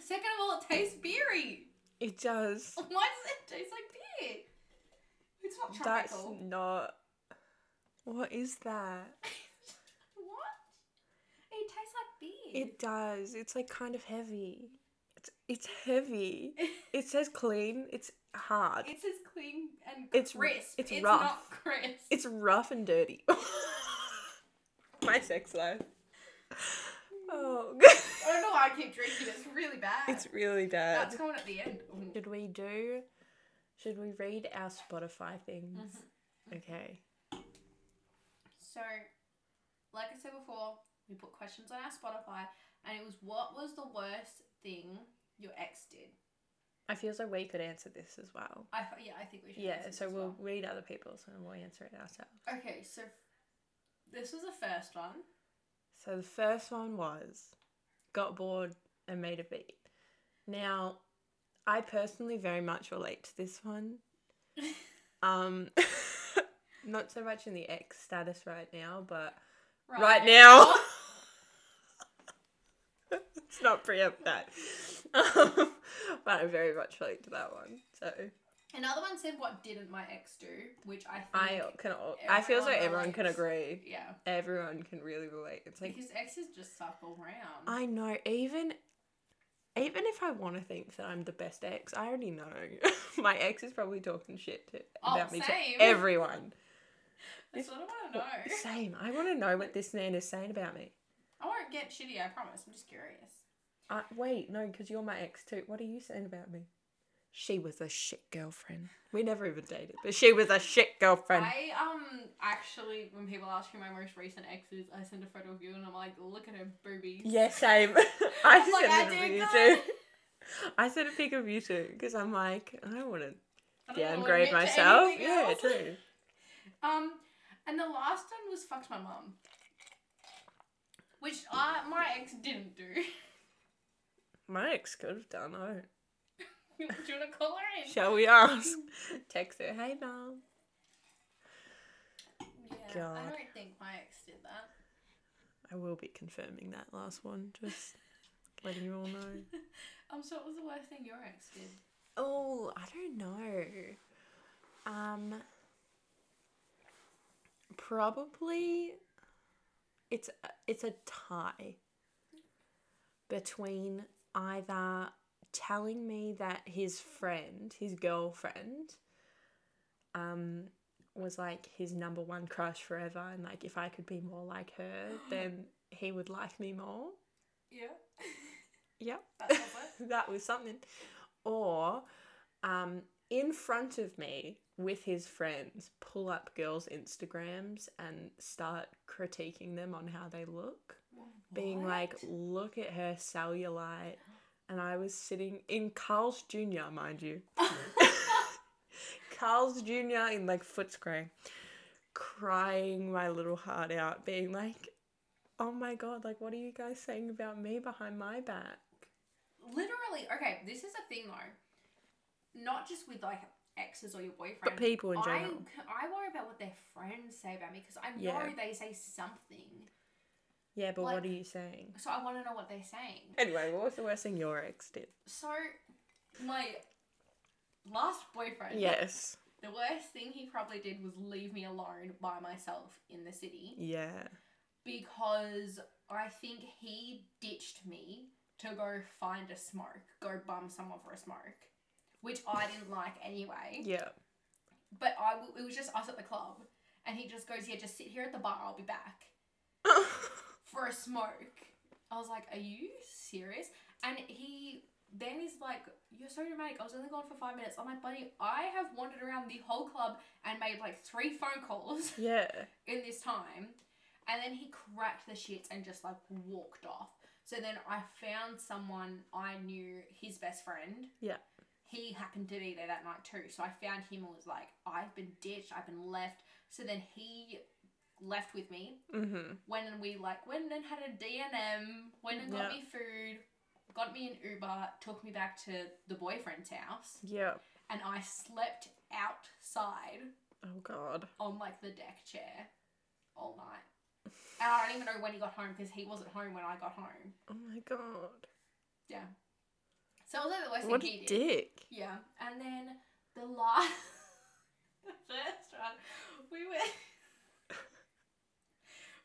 Speaker 2: Second of all, it tastes beery.
Speaker 1: It does.
Speaker 2: Why does it taste like beer? Oh, It's not
Speaker 1: That's
Speaker 2: tropical.
Speaker 1: not. What is that?
Speaker 2: what? It tastes like beer.
Speaker 1: It does. It's like kind of heavy. It's it's heavy. It says clean. It's hard.
Speaker 2: It's as clean and
Speaker 1: It's-
Speaker 2: crisp. It's,
Speaker 1: it's
Speaker 2: not
Speaker 1: rough.
Speaker 2: crisp.
Speaker 1: It's rough and dirty. My sex life. Oh,
Speaker 2: I don't know why I keep drinking. It's really bad.
Speaker 1: it's really
Speaker 2: That's
Speaker 1: bad.
Speaker 2: going at the end. Ooh.
Speaker 1: Should we do? Should we read our Spotify things?
Speaker 2: Mhm.
Speaker 1: Okay.
Speaker 2: So, like I said before, we put questions on our Spotify, and it was what was the worst thing your ex did?
Speaker 1: I feel as though we could answer this as well.
Speaker 2: I f- yeah, I think we should. answer
Speaker 1: Yeah.
Speaker 2: this
Speaker 1: So
Speaker 2: as
Speaker 1: we'll
Speaker 2: well.
Speaker 1: read other people's and we'll answer it ourselves.
Speaker 2: Okay, so this was the first one.
Speaker 1: So the first one was got bored and made a beat. Now, I personally very much relate to this one. Um, not so much in the ex status right now, but right, now. Let's not preempt that. Um, but I very much relate to that one. So
Speaker 2: Another one said, "What didn't my ex do?" Which I think.
Speaker 1: I can. al- I feel as though everyone
Speaker 2: Everyone
Speaker 1: can
Speaker 2: relates.
Speaker 1: agree.
Speaker 2: yeah,
Speaker 1: Everyone can really relate. It's like
Speaker 2: because exes just suck all round.
Speaker 1: I know. Even even if I want to think that I'm the best ex, I already know my ex is probably talking shit to,
Speaker 2: Oh,
Speaker 1: about me
Speaker 2: same.
Speaker 1: to everyone.
Speaker 2: That's what I want to know.
Speaker 1: Same. I want to know what this man is saying about me.
Speaker 2: I won't get shitty. I promise. I'm just curious.
Speaker 1: I, wait, no, because you're my ex too. What are you saying about me? She was a shit girlfriend. We never even dated, but she was a shit girlfriend.
Speaker 2: I um actually, when people ask who my most recent ex is, I send a photo of you, and I'm like, look at her boobies.
Speaker 1: yeah, same. I
Speaker 2: I'm like, I
Speaker 1: sent
Speaker 2: did
Speaker 1: it of you
Speaker 2: good.
Speaker 1: too. I sent a pic of you too because I'm like, I don't want to
Speaker 2: I don't wanna
Speaker 1: downgrade
Speaker 2: admit to
Speaker 1: myself.
Speaker 2: anything
Speaker 1: Yeah,
Speaker 2: else.
Speaker 1: true.
Speaker 2: Um, and the last one was fucked my mum, which I my ex didn't do.
Speaker 1: My ex could have done. I don't
Speaker 2: do you want to call her in?
Speaker 1: Shall we ask? Text her, hey mom.
Speaker 2: Yeah, I
Speaker 1: God.
Speaker 2: don't think my ex did that.
Speaker 1: I will be confirming that last one, just letting you all know.
Speaker 2: Um, so what was the worst thing your ex did?
Speaker 1: Oh, I don't know. Um, probably it's a, it's a tie between either telling me that his friend, his girlfriend, um, was like his number one crush forever, and like if I could be more like her, then he would like me more.
Speaker 2: Yeah.
Speaker 1: Yep
Speaker 2: That's not it.
Speaker 1: that was something. Or um, in front of me with his friends, pull up girls' Instagrams and start critiquing them on how they look. Being like, look at her cellulite. And I was sitting in Carl's Jr., mind you. Carl's Jr. in like Footscray, crying my little heart out, being like, oh my god, like, what are you guys saying about me behind my back?
Speaker 2: literally okay this is a thing though not just with like exes or your boyfriend
Speaker 1: But people in
Speaker 2: I,
Speaker 1: general.
Speaker 2: I worry about what their friends say about me because i know
Speaker 1: Yeah.
Speaker 2: they say something
Speaker 1: Yeah, but
Speaker 2: Like-
Speaker 1: what are you saying?
Speaker 2: so i want to know what they're saying
Speaker 1: Anyway, what was the worst thing your ex did?
Speaker 2: so my last boyfriend
Speaker 1: Yes.
Speaker 2: the worst thing he probably did was leave me alone by myself in the city
Speaker 1: Yeah.
Speaker 2: because i think he ditched me to go find a smoke go bum someone for a smoke which i didn't like anyway
Speaker 1: Yeah.
Speaker 2: But I w- it was just us at the club, and he just goes, "Yeah, just sit here at the bar. I'll be back for a smoke." I was like, "Are you serious?" And he then is like, "You're so dramatic. I was only gone for five minutes." I'm like, "Buddy, I have wandered around the whole club and made like three phone calls
Speaker 1: yeah.
Speaker 2: in this time." And then he cracked the shits and just like walked off. So then I found someone I knew, his best friend, he happened to be there that night too. So I found him and was like, I've been ditched, I've been left. So then he left with me.
Speaker 1: Mm-hmm.
Speaker 2: When we like went and had a DNM, went and got
Speaker 1: Yeah.
Speaker 2: me food, got me an Uber, took me back to the boyfriend's house,
Speaker 1: Yeah.
Speaker 2: and I slept outside
Speaker 1: Oh god.
Speaker 2: on like the deck chair all night. And I don't even know when he got home because he wasn't home when I got home.
Speaker 1: Oh my god.
Speaker 2: Yeah. So it was like the worst
Speaker 1: What
Speaker 2: thing he
Speaker 1: a
Speaker 2: did.
Speaker 1: dick.
Speaker 2: Yeah, and then the last, the first one, we were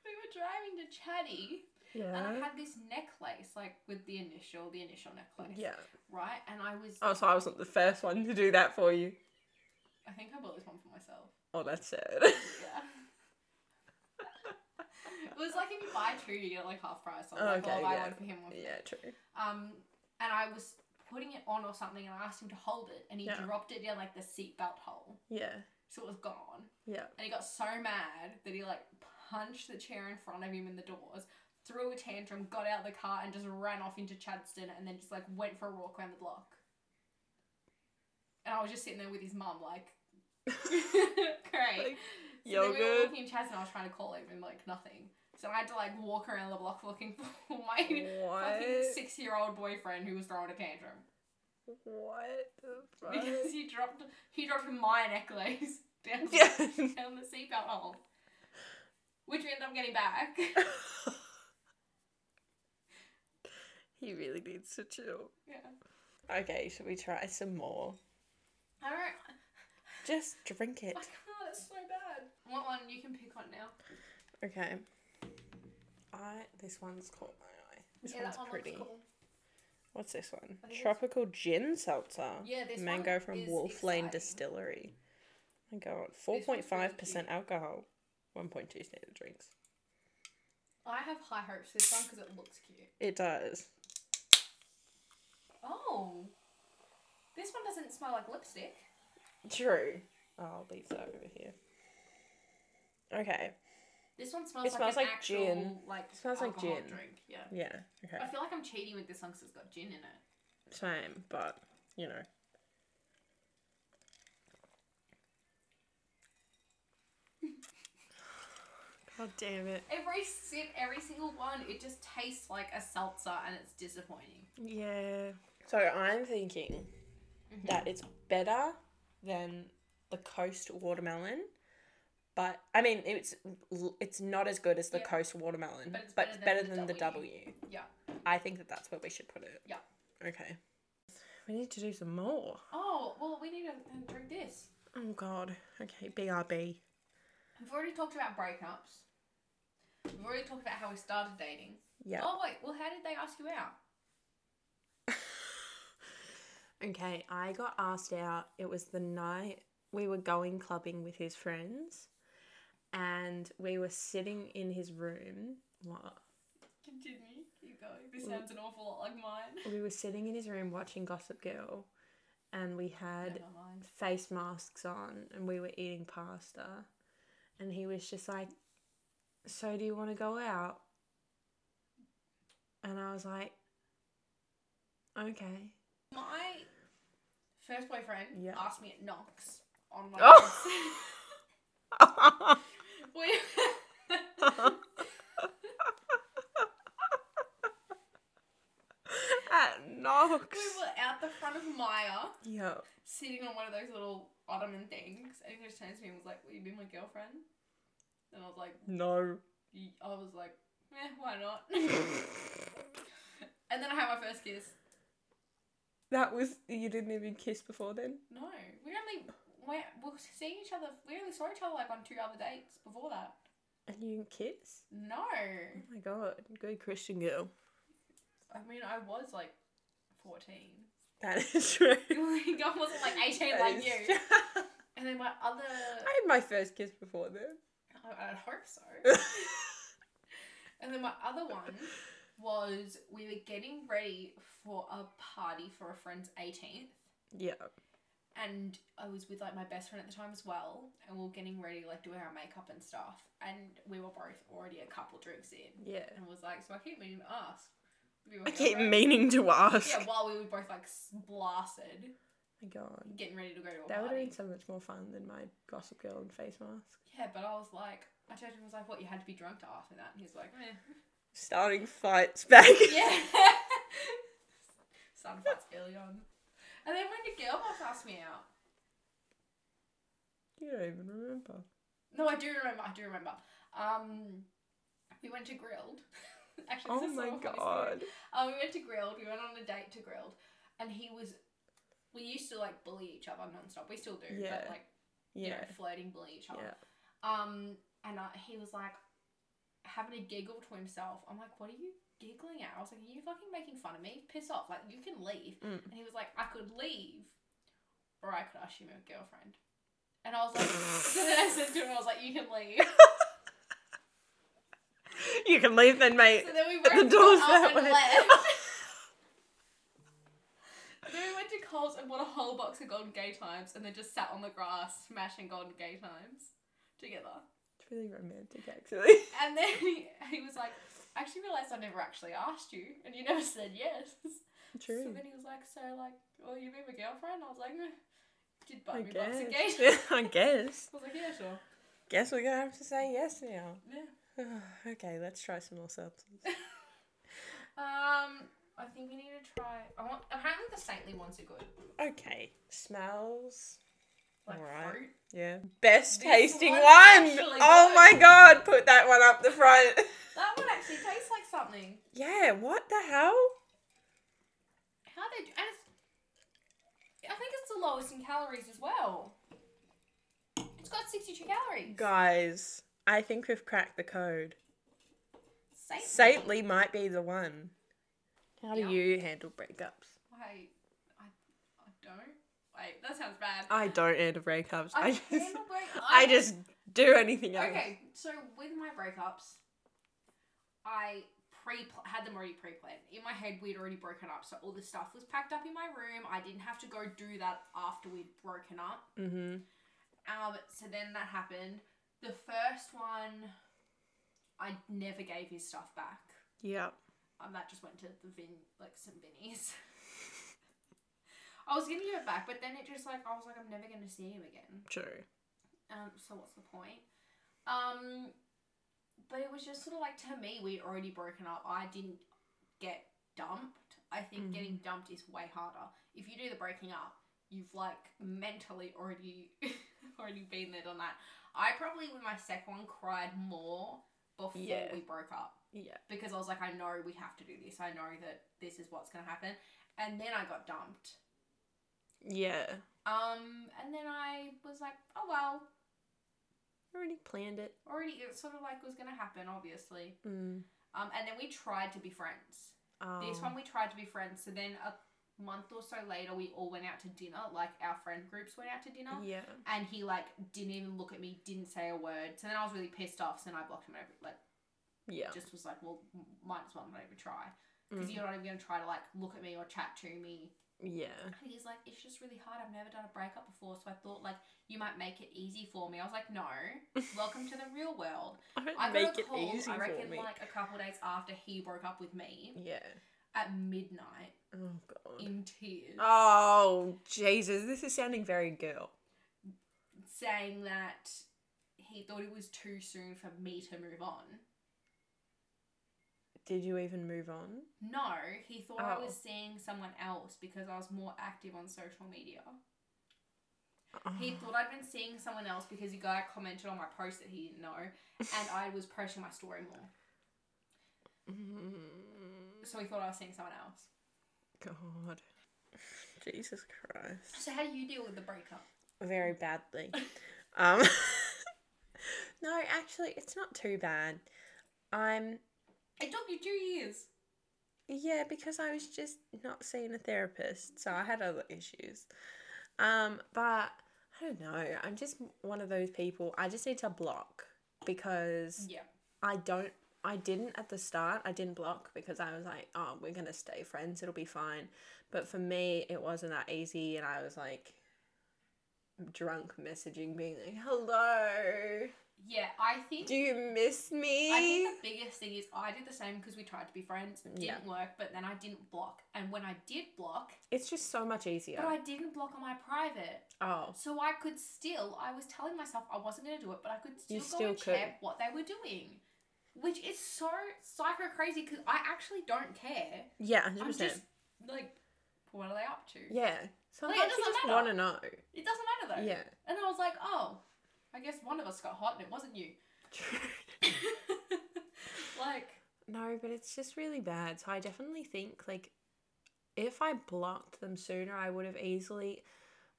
Speaker 2: we were driving to Chatty, And I
Speaker 1: Yeah.
Speaker 2: had this necklace, like with the initial, the initial necklace.
Speaker 1: Yeah.
Speaker 2: Right? And I was,
Speaker 1: Oh, so I wasn't the first one to do that for you.
Speaker 2: I think I bought this one for myself.
Speaker 1: Oh, that's sad.
Speaker 2: Yeah. it was like if you buy two, you get like half price. So I was like,
Speaker 1: Okay,
Speaker 2: well, I'll buy
Speaker 1: yeah.
Speaker 2: one for him, one for
Speaker 1: yeah, true.
Speaker 2: Um, and I was putting it on or something, and I asked him to hold it, and he
Speaker 1: Yeah.
Speaker 2: dropped it down like the seatbelt hole,
Speaker 1: Yeah.
Speaker 2: so it was gone.
Speaker 1: Yeah.
Speaker 2: And he got so mad that he like punched the chair in front of him in the doors, threw a tantrum, got out the car, and just ran off into Chadston, and then just like went for a walk around the block. And I was just sitting there with his mum, like, great.
Speaker 1: Like,
Speaker 2: So
Speaker 1: "Yo,
Speaker 2: then we were
Speaker 1: good."
Speaker 2: walking in Chadston, and I was trying to call him, and like nothing. So I had to like walk around the block looking for my
Speaker 1: Oh.
Speaker 2: fucking
Speaker 1: What?
Speaker 2: six year old boyfriend who was throwing a tantrum
Speaker 1: What the
Speaker 2: because
Speaker 1: fuck?
Speaker 2: he dropped he dropped my necklace down,
Speaker 1: Yeah.
Speaker 2: down the seatbelt hole, which we ended up getting back.
Speaker 1: he really needs to chill.
Speaker 2: yeah,
Speaker 1: Okay, should we try some more?
Speaker 2: I don't.
Speaker 1: Just drink it.
Speaker 2: I can't. It's so bad. What one? You can pick one now.
Speaker 1: Okay. I this one's caught my eye. This one's pretty. What's this one?
Speaker 2: I think it's-
Speaker 1: Tropical gin seltzer.
Speaker 2: Yeah, this
Speaker 1: Oh, Mango
Speaker 2: one
Speaker 1: from
Speaker 2: is
Speaker 1: Wolf Lane
Speaker 2: exciting.
Speaker 1: Distillery. My God, four
Speaker 2: one's really
Speaker 1: point five percent
Speaker 2: cute.
Speaker 1: alcohol, one point two standard drinks.
Speaker 2: I have high hopes for this one because it looks cute.
Speaker 1: It does.
Speaker 2: Oh, this one doesn't smell like lipstick.
Speaker 1: True. Oh, I'll leave that over here. Okay.
Speaker 2: This one smells
Speaker 1: It
Speaker 2: like
Speaker 1: smells
Speaker 2: an
Speaker 1: like
Speaker 2: actual
Speaker 1: gin.
Speaker 2: like
Speaker 1: Smells like
Speaker 2: alcohol
Speaker 1: gin.
Speaker 2: drink. Yeah.
Speaker 1: Yeah. Okay.
Speaker 2: I feel like I'm cheating with this one because it's got gin in it.
Speaker 1: Same, but you know. God damn it.
Speaker 2: Every sip, every single one, it just tastes like a seltzer and it's disappointing.
Speaker 1: Yeah. Mm-hmm. So I'm thinking that it's better than the Coast watermelon, but I mean it's l- it's not as good as the
Speaker 2: Yep.
Speaker 1: Coast watermelon, but it's better, than, the, w.
Speaker 2: Yeah.
Speaker 1: I think that that's where we should put it.
Speaker 2: Yeah.
Speaker 1: Okay. We need to do some more.
Speaker 2: Oh, well, we need to uh, drink this.
Speaker 1: Oh God. Okay. BRB.
Speaker 2: We've already talked about breakups. We've already talked about how we started dating.
Speaker 1: Yeah.
Speaker 2: Oh, wait, well, how did they ask you out?
Speaker 1: Okay, I got asked out. It was the night we were going clubbing with his friends, and we were sitting in his room. What?
Speaker 2: Continue. Keep going. This sounds an awful lot like mine.
Speaker 1: We were sitting in his room watching Gossip Girl, and we had
Speaker 2: Never mind.
Speaker 1: face masks on, and we were eating pasta, and he was just like, "So do you want to go out?" And I was like, "Okay."
Speaker 2: My first boyfriend
Speaker 1: Yeah.
Speaker 2: asked me at Knox on my.
Speaker 1: Oh.
Speaker 2: We-
Speaker 1: At Knox.
Speaker 2: we were out the front of Maya.
Speaker 1: Yo.
Speaker 2: sitting on one of those little ottoman things, and he just turned to me and was like, "Will you be my girlfriend?" And I was like,
Speaker 1: No.
Speaker 2: y- "I was like, eh, why not?" and then I had my first kiss.
Speaker 1: That was you didn't even kiss before then.
Speaker 2: No, we only we we were seeing each other. We only saw each other like on two other dates before that.
Speaker 1: And you didn't kiss?
Speaker 2: No,
Speaker 1: Oh my god, good Christian girl.
Speaker 2: I mean I was like fourteen.
Speaker 1: That is true.
Speaker 2: like I wasn't like eighteen
Speaker 1: That
Speaker 2: like
Speaker 1: is
Speaker 2: you.
Speaker 1: true.
Speaker 2: And then my other,
Speaker 1: I had my first kiss before then.
Speaker 2: I, I hope so. And then my other one was we were getting ready for a party for a friend's 18th.
Speaker 1: yeah.
Speaker 2: And I was with like my best friend at the time as well. And we were getting ready, like doing our makeup and stuff. And we were both already a couple drinks in.
Speaker 1: Yeah.
Speaker 2: And was like, so I keep meaning to ask. Be my
Speaker 1: I keep
Speaker 2: girlfriend."
Speaker 1: meaning to ask. Oh
Speaker 2: Yeah, while we were both like s- blasted,
Speaker 1: my god.
Speaker 2: getting ready to go to a
Speaker 1: That would have
Speaker 2: party.
Speaker 1: been so much more fun than my Gossip Girl and face mask.
Speaker 2: Yeah, but I was like, I told him, I was like, what, you had to be drunk to ask me that? And he was like, eh.
Speaker 1: Starting fights back.
Speaker 2: yeah. Sound effects early on. And then when did girl boss asked me out?
Speaker 1: You don't even remember.
Speaker 2: No, I do remember. I do remember. Um, we went to Grilled. Actually,
Speaker 1: Oh
Speaker 2: this is
Speaker 1: my
Speaker 2: so funny story.
Speaker 1: god.
Speaker 2: Um, we went to Grilled. We went on a date to Grilled, and he was. We used to like bully each other nonstop. We still do,
Speaker 1: Yeah.
Speaker 2: but like you know,
Speaker 1: Yeah.
Speaker 2: flirting, bully each other.
Speaker 1: Yeah.
Speaker 2: Um, and I, he was like, having a giggle to himself. I'm like, what are you giggling at? I was like, are you fucking making fun of me? Piss off. Like, you can leave.
Speaker 1: Mm.
Speaker 2: And he was like, I could leave or I could ask you my girlfriend. And I was like, so then I said to him, I was like, you can leave.
Speaker 1: You can leave then, mate.
Speaker 2: So then we
Speaker 1: the
Speaker 2: both
Speaker 1: door's
Speaker 2: got
Speaker 1: that
Speaker 2: up and
Speaker 1: way.
Speaker 2: left. then we went to Coles and bought a whole box of Golden Gay Times and then just sat on the grass smashing Golden Gay Times together.
Speaker 1: It's really romantic, actually.
Speaker 2: And then he, he was like, I actually realised I never actually asked you and you never said yes. So
Speaker 1: True.
Speaker 2: then he was like, so like, well, you be my girlfriend? I was like, "Eh, did buy
Speaker 1: I
Speaker 2: me a box of Gay
Speaker 1: guess.
Speaker 2: Times.
Speaker 1: I guess.
Speaker 2: I was like, yeah, sure.
Speaker 1: Guess we're gonna have to say yes now.
Speaker 2: Yeah.
Speaker 1: okay, let's try some more substance.
Speaker 2: Um, I think we need to try. I want. Apparently, the saintly ones are good.
Speaker 1: Okay, smells.
Speaker 2: Like
Speaker 1: Alright.
Speaker 2: fruit.
Speaker 1: Yeah. Best
Speaker 2: This
Speaker 1: tasting one.
Speaker 2: one's actually
Speaker 1: Oh
Speaker 2: good.
Speaker 1: my god, put that one up the front.
Speaker 2: That one actually tastes like something.
Speaker 1: yeah, what the hell?
Speaker 2: How they? do- And it's. I think it's the lowest in calories as well. It's got sixty-two calories.
Speaker 1: Guys, I think we've cracked the code.
Speaker 2: Saintly.
Speaker 1: Saintly might be the one. How do
Speaker 2: Yeah.
Speaker 1: you handle breakups?
Speaker 2: Wait, I, I don't. Wait, that sounds bad.
Speaker 1: I don't handle breakups. I, just
Speaker 2: handle break-
Speaker 1: I just do anything else.
Speaker 2: Okay, so with my breakups, I pre had them already pre-planned. In my head, we'd already broken up, so all this stuff was packed up in my room. I didn't have to go do that after we'd broken up.
Speaker 1: Mm-hmm.
Speaker 2: Um, so then that happened. The first one, I never gave his stuff back.
Speaker 1: Yeah.
Speaker 2: Um, that just went to the vin, like some vinnies. I was gonna give it back, but then it just like I was like, I'm never gonna see him again.
Speaker 1: True.
Speaker 2: Um, so what's the point? Um, but it was just sort of like to me, we'd already broken up. I didn't get dumped. I think
Speaker 1: Mhm.
Speaker 2: getting dumped is way harder. If you do the breaking up, you've like mentally already already been there done that. I probably with my second one cried more before
Speaker 1: Yeah.
Speaker 2: we broke up
Speaker 1: Yeah.
Speaker 2: because I was like, I know we have to do this. I know that this is what's gonna happen. And then I got dumped.
Speaker 1: Yeah.
Speaker 2: Um, and then I was like, oh well,
Speaker 1: Already planned it.
Speaker 2: already it sort of like was gonna happen, obviously.
Speaker 1: Mm.
Speaker 2: Um, and then we tried to be friends. This
Speaker 1: Oh.
Speaker 2: one we tried to be friends. So then a month or so later, we all went out to dinner. Like our friend groups went out to dinner,
Speaker 1: Yeah.
Speaker 2: and he like didn't even look at me, didn't say a word. So then I was really pissed off. So then I blocked him over. Like
Speaker 1: Yeah.
Speaker 2: just was like, well, m- might as well not even try because
Speaker 1: Mm.
Speaker 2: you're not even gonna try to like look at me or chat to me.
Speaker 1: Yeah.
Speaker 2: And he's like, it's just really hard. I've never done a breakup before, so I thought like you might make it easy for me. I was like, no. Welcome to the real world.
Speaker 1: I don't
Speaker 2: I
Speaker 1: make
Speaker 2: got a
Speaker 1: it
Speaker 2: call,
Speaker 1: easy
Speaker 2: I
Speaker 1: for
Speaker 2: reckon,
Speaker 1: me.
Speaker 2: like a couple days after he broke up with me
Speaker 1: yeah.
Speaker 2: at midnight
Speaker 1: Oh god.
Speaker 2: in tears,
Speaker 1: Oh Jesus, this is sounding very girl.
Speaker 2: saying that he thought it was too soon for me to move on.
Speaker 1: Did you even move on?
Speaker 2: No, he thought I
Speaker 1: Oh.
Speaker 2: was seeing someone else because I was more active on social media. He thought I'd been seeing someone else because a guy commented on my post that he didn't know, and I was posting my story more.
Speaker 1: Mm,
Speaker 2: So he thought I was seeing someone else.
Speaker 1: God. Jesus Christ.
Speaker 2: So how do you deal with the breakup?
Speaker 1: Very badly. Um No, actually it's not too bad. I'm
Speaker 2: It took you two years.
Speaker 1: yeah, because I was just not seeing a therapist, so I had other issues. Um, but I don't know. I'm just one of those people. I just need to block because
Speaker 2: Yeah.
Speaker 1: I don't I didn't at the start. I didn't block because I was like, oh, we're going to stay friends. It'll be fine. But for me, it wasn't that easy and I was like drunk messaging being like, "Hello.
Speaker 2: Yeah, I think
Speaker 1: Do you miss me?"
Speaker 2: I think the biggest thing is I did the same because we tried to be friends. It
Speaker 1: Yeah.
Speaker 2: didn't work, but then I didn't block. And when I did block,
Speaker 1: it's just so much easier.
Speaker 2: but I didn't block on my private.
Speaker 1: oh,
Speaker 2: So I could still, I was telling myself I wasn't going to do it, but I could still
Speaker 1: You
Speaker 2: go
Speaker 1: still
Speaker 2: and
Speaker 1: could.
Speaker 2: check what they were doing. Which is so psycho crazy because I actually don't care.
Speaker 1: yeah,
Speaker 2: I'm
Speaker 1: 100%.
Speaker 2: just like, what are they up to?
Speaker 1: yeah. Sometimes
Speaker 2: it
Speaker 1: you
Speaker 2: doesn't
Speaker 1: just
Speaker 2: matter.
Speaker 1: want to know.
Speaker 2: It doesn't matter though.
Speaker 1: Yeah.
Speaker 2: And I was like, oh, I guess one of us got hot and it wasn't you. like,
Speaker 1: No, but it's just really bad. So I definitely think like if I blocked them sooner, I would have easily.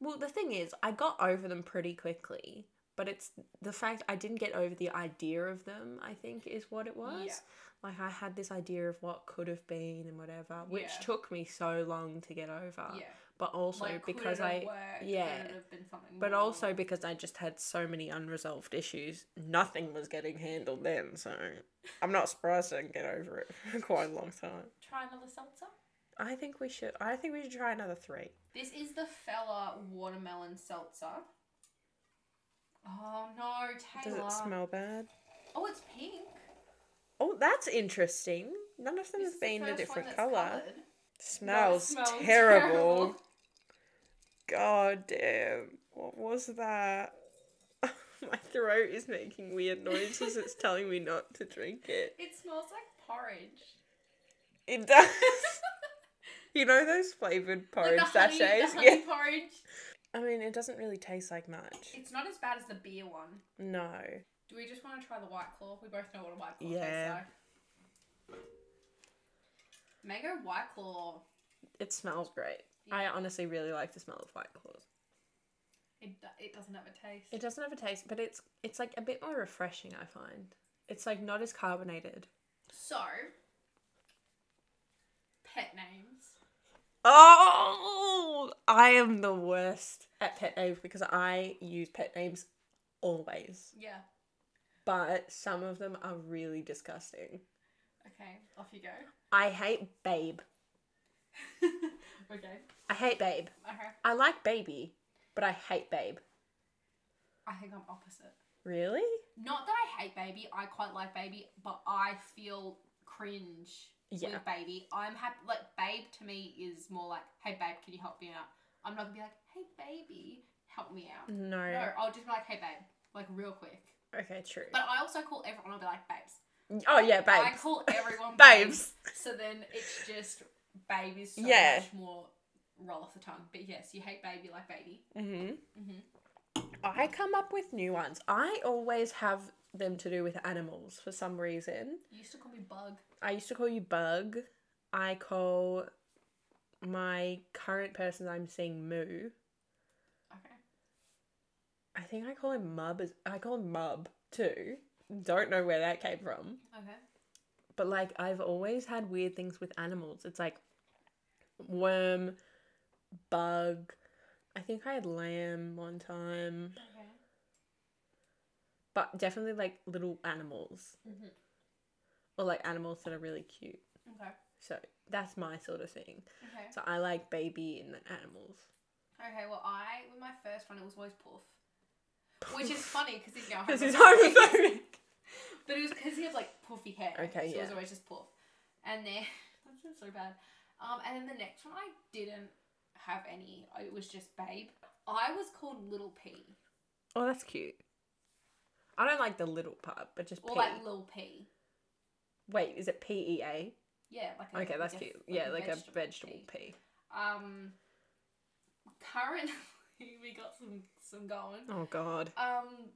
Speaker 1: Well, the thing is, I got over them pretty quickly, But it's the fact I didn't get over the idea of them, I think, is what it was.
Speaker 2: Yeah.
Speaker 1: Like I had this idea of what could have been and whatever, which
Speaker 2: Yeah.
Speaker 1: took me so long to get over.
Speaker 2: yeah.
Speaker 1: But also
Speaker 2: Like, could
Speaker 1: because
Speaker 2: it have
Speaker 1: I
Speaker 2: worked? Could
Speaker 1: yeah.
Speaker 2: it have been something
Speaker 1: but
Speaker 2: more?
Speaker 1: also because I just had so many unresolved issues, nothing was getting handled then, so I'm not surprised I didn't get over it for quite a long time.
Speaker 2: try another seltzer.
Speaker 1: I think we should I think we should try another three.
Speaker 2: This is the Fella watermelon seltzer. Oh no,
Speaker 1: Does
Speaker 2: Taylor!
Speaker 1: it smell bad?
Speaker 2: Oh, it's pink.
Speaker 1: Oh, that's interesting. None of them
Speaker 2: This
Speaker 1: have
Speaker 2: is the
Speaker 1: been
Speaker 2: first
Speaker 1: a
Speaker 2: one
Speaker 1: different
Speaker 2: that's
Speaker 1: color.
Speaker 2: coloured. No, it
Speaker 1: Smells, terrible.
Speaker 2: terrible.
Speaker 1: God damn. What was that? My throat is making weird noises. it's telling me not to drink it.
Speaker 2: It smells like porridge.
Speaker 1: It does. you know those flavored porridge
Speaker 2: like the honey, the
Speaker 1: sachets?
Speaker 2: honey
Speaker 1: yeah.
Speaker 2: porridge.
Speaker 1: I mean, it doesn't really taste like much.
Speaker 2: It's not as bad as the beer one.
Speaker 1: No.
Speaker 2: Do we just want to try the white claw? We both know what a white claw
Speaker 1: Yeah.
Speaker 2: tastes like. Mango white claw.
Speaker 1: It smells great. I honestly really like the smell of White Claws.
Speaker 2: It, do- it doesn't have a taste.
Speaker 1: It doesn't have a taste, but it's it's like a bit more refreshing, I find. It's like not as carbonated.
Speaker 2: So, pet names.
Speaker 1: Oh, I am the worst at pet names because I use pet names always,
Speaker 2: Yeah.
Speaker 1: but some of them are really disgusting.
Speaker 2: Okay, off you go.
Speaker 1: I hate babe.
Speaker 2: okay.
Speaker 1: I hate babe.
Speaker 2: Okay.
Speaker 1: I like baby, but I hate babe.
Speaker 2: I think I'm opposite.
Speaker 1: Really?
Speaker 2: Not that I hate baby, I quite like baby, but I feel cringe
Speaker 1: Yeah.
Speaker 2: with baby. I'm happy like babe to me is more like, hey babe, can you help me out? I'm not gonna be like, hey baby, help me out.
Speaker 1: No.
Speaker 2: No, I'll just be like, hey babe, like real quick.
Speaker 1: Okay, true.
Speaker 2: But I also call everyone. I'll be like babes.
Speaker 1: oh yeah,
Speaker 2: I
Speaker 1: babe.
Speaker 2: call everyone
Speaker 1: Babes.
Speaker 2: babes. So then it's just babe is so
Speaker 1: Yeah.
Speaker 2: much more roll off the tongue. But yes, you hate baby like baby.
Speaker 1: Mhm.
Speaker 2: Mhm.
Speaker 1: I come up with new ones. I always have them to do with animals for some reason.
Speaker 2: You used to call me bug.
Speaker 1: I used to call you Bug. I call my current person I'm seeing Moo.
Speaker 2: Okay.
Speaker 1: I think I call him Mub. As, I call him Mub too. Don't know where that came from.
Speaker 2: Okay.
Speaker 1: But like, I've always had weird things with animals. It's like worm, bug. I think I had lamb one time.
Speaker 2: Okay.
Speaker 1: But definitely like little animals
Speaker 2: Mhm.
Speaker 1: or like animals that are really cute.
Speaker 2: Okay.
Speaker 1: So that's my sort of thing.
Speaker 2: Okay.
Speaker 1: So I like baby and animals.
Speaker 2: Okay, well, I, with my first one, it was always Puff. Which is funny because he's now
Speaker 1: This is
Speaker 2: homophobic.
Speaker 1: homophobic.
Speaker 2: But it was because he had like puffy hair.
Speaker 1: Okay,
Speaker 2: so It was
Speaker 1: yeah.
Speaker 2: always just Puff. And then, that sounds so bad. Um, and then the next one, I didn't have any. It was just Babe. I was called Little P.
Speaker 1: Oh, that's cute. I don't like the little part, but just P.
Speaker 2: Or like Lil P.
Speaker 1: Wait, is it P E A?
Speaker 2: Yeah, like a,
Speaker 1: Okay,
Speaker 2: like
Speaker 1: that's
Speaker 2: a-
Speaker 1: cute. Yeah, like a vegetable P.
Speaker 2: pea. Um, currently, we got some, some going.
Speaker 1: Oh God.
Speaker 2: Um,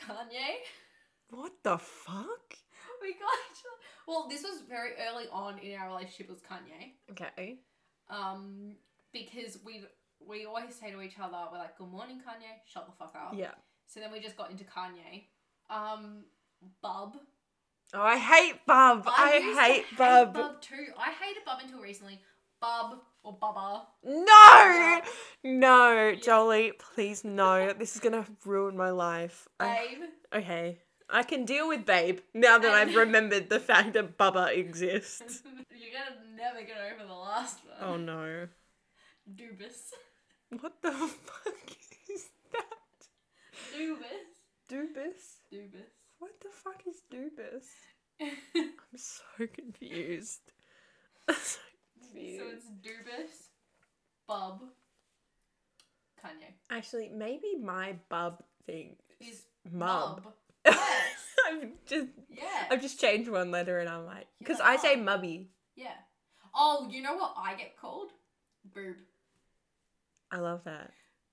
Speaker 2: Kanye.
Speaker 1: What the fuck?
Speaker 2: We got each other. Well, this was very early on in our relationship with Kanye.
Speaker 1: Okay.
Speaker 2: Um, because we we always say to each other, we're like, "Good morning, Kanye. Shut the fuck up."
Speaker 1: Yeah.
Speaker 2: So then we just got into Kanye. Um, Bub.
Speaker 1: Oh, I hate Bub. I,
Speaker 2: used to
Speaker 1: hate Bub.
Speaker 2: Bub too. I hated Bub until recently. Bub or Bubba.
Speaker 1: No, no, Jolie, please no. This is gonna ruin my life. I-
Speaker 2: Babe.
Speaker 1: okay, I can deal with Babe now that I've remembered the fact that Bubba exists.
Speaker 2: You're gonna never get over the last one.
Speaker 1: Oh no.
Speaker 2: Dubis.
Speaker 1: What the fuck is that?
Speaker 2: Dubis.
Speaker 1: Dubis?
Speaker 2: Dubis.
Speaker 1: What the fuck is Dubis? I'm so confused. so
Speaker 2: So
Speaker 1: confused.
Speaker 2: it's Dubis, Bub, Kanye.
Speaker 1: Actually, maybe my bub thing
Speaker 2: Is
Speaker 1: mub.
Speaker 2: Bub. Yes.
Speaker 1: I've just
Speaker 2: Yeah.
Speaker 1: I've just changed one letter and I'm like,
Speaker 2: You're
Speaker 1: because I
Speaker 2: like,
Speaker 1: say
Speaker 2: "Oh."
Speaker 1: mubby.
Speaker 2: Yeah. Oh, you know what I get called? Boob.
Speaker 1: I love that.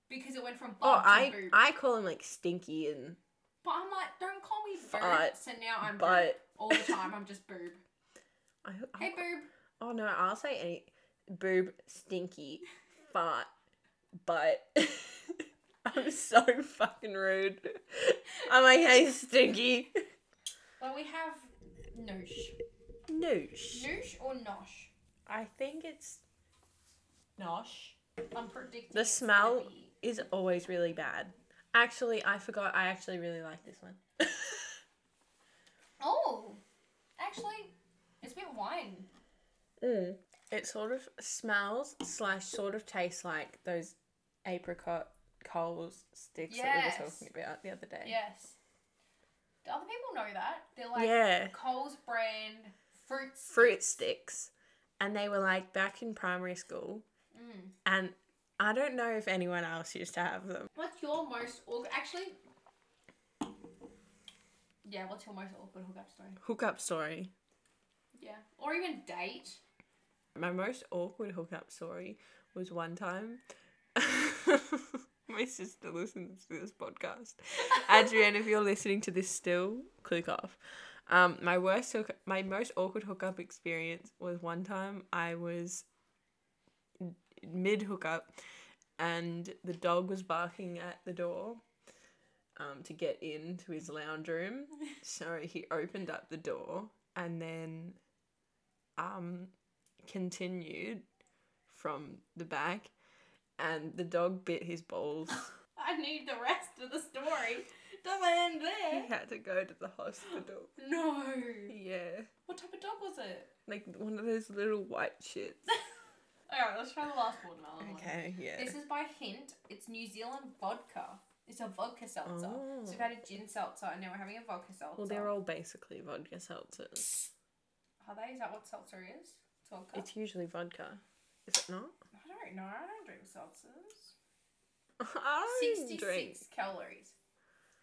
Speaker 2: Because it went from bub
Speaker 1: Oh,
Speaker 2: to
Speaker 1: I
Speaker 2: boob.
Speaker 1: I call him like stinky and
Speaker 2: but I'm like, don't call me boob.
Speaker 1: But-
Speaker 2: so now I'm boob.
Speaker 1: but-
Speaker 2: All the time, I'm just boob.
Speaker 1: I, I
Speaker 2: Hey, boob.
Speaker 1: oh no, I'll say any boob stinky fart butt. I'm so fucking rude. I'm like, hey, Stinky.
Speaker 2: Well, we have noosh.
Speaker 1: Noosh.
Speaker 2: Noosh or nosh?
Speaker 1: I think it's nosh.
Speaker 2: I'm predicting.
Speaker 1: The
Speaker 2: it's gonna
Speaker 1: smell
Speaker 2: be-
Speaker 1: is always really bad. Actually, I forgot. I actually really like this one.
Speaker 2: Oh, actually, it's a bit wine.
Speaker 1: mm. It sort of smells slash sort of tastes like those apricot coals sticks that we were
Speaker 2: Yes.
Speaker 1: talking about the other day.
Speaker 2: Yes. Do other people know that? They're like
Speaker 1: yeah.
Speaker 2: Coles brand fruits.
Speaker 1: Fruit sticks, and they were like back in primary school,
Speaker 2: Mm.
Speaker 1: and I don't know if anyone else used to have them.
Speaker 2: What's your most awkward? Actually. Yeah, what's your most awkward hookup story?
Speaker 1: Hookup story.
Speaker 2: Yeah. Or even date.
Speaker 1: My most awkward hookup story was one time. My sister listens to this podcast. Adrienne, if you're listening to this still, click off. Um, my worst, hook- my most awkward hookup experience was one time I was mid hookup, and the dog was barking at the door, um, to get into his lounge room. So he opened up the door and then, um, continued from the back, and the dog bit his balls.
Speaker 2: I need the rest of the story. Doesn't end
Speaker 1: he
Speaker 2: there.
Speaker 1: had to go to the hospital.
Speaker 2: No.
Speaker 1: Yeah.
Speaker 2: What type of dog was it?
Speaker 1: Like one of those little white shits.
Speaker 2: Alright, let's try the last watermelon one.
Speaker 1: Okay, yeah.
Speaker 2: This is by hint. It's New Zealand vodka. It's a vodka seltzer.
Speaker 1: Oh.
Speaker 2: So we've had a gin seltzer and now we're having a vodka seltzer.
Speaker 1: Well, they're all basically vodka seltzers.
Speaker 2: Are they? Is that what seltzer is? It's vodka?
Speaker 1: It's usually vodka. Is it not?
Speaker 2: I don't know. I don't drink seltzers.
Speaker 1: I don't
Speaker 2: 66
Speaker 1: drink.
Speaker 2: calories.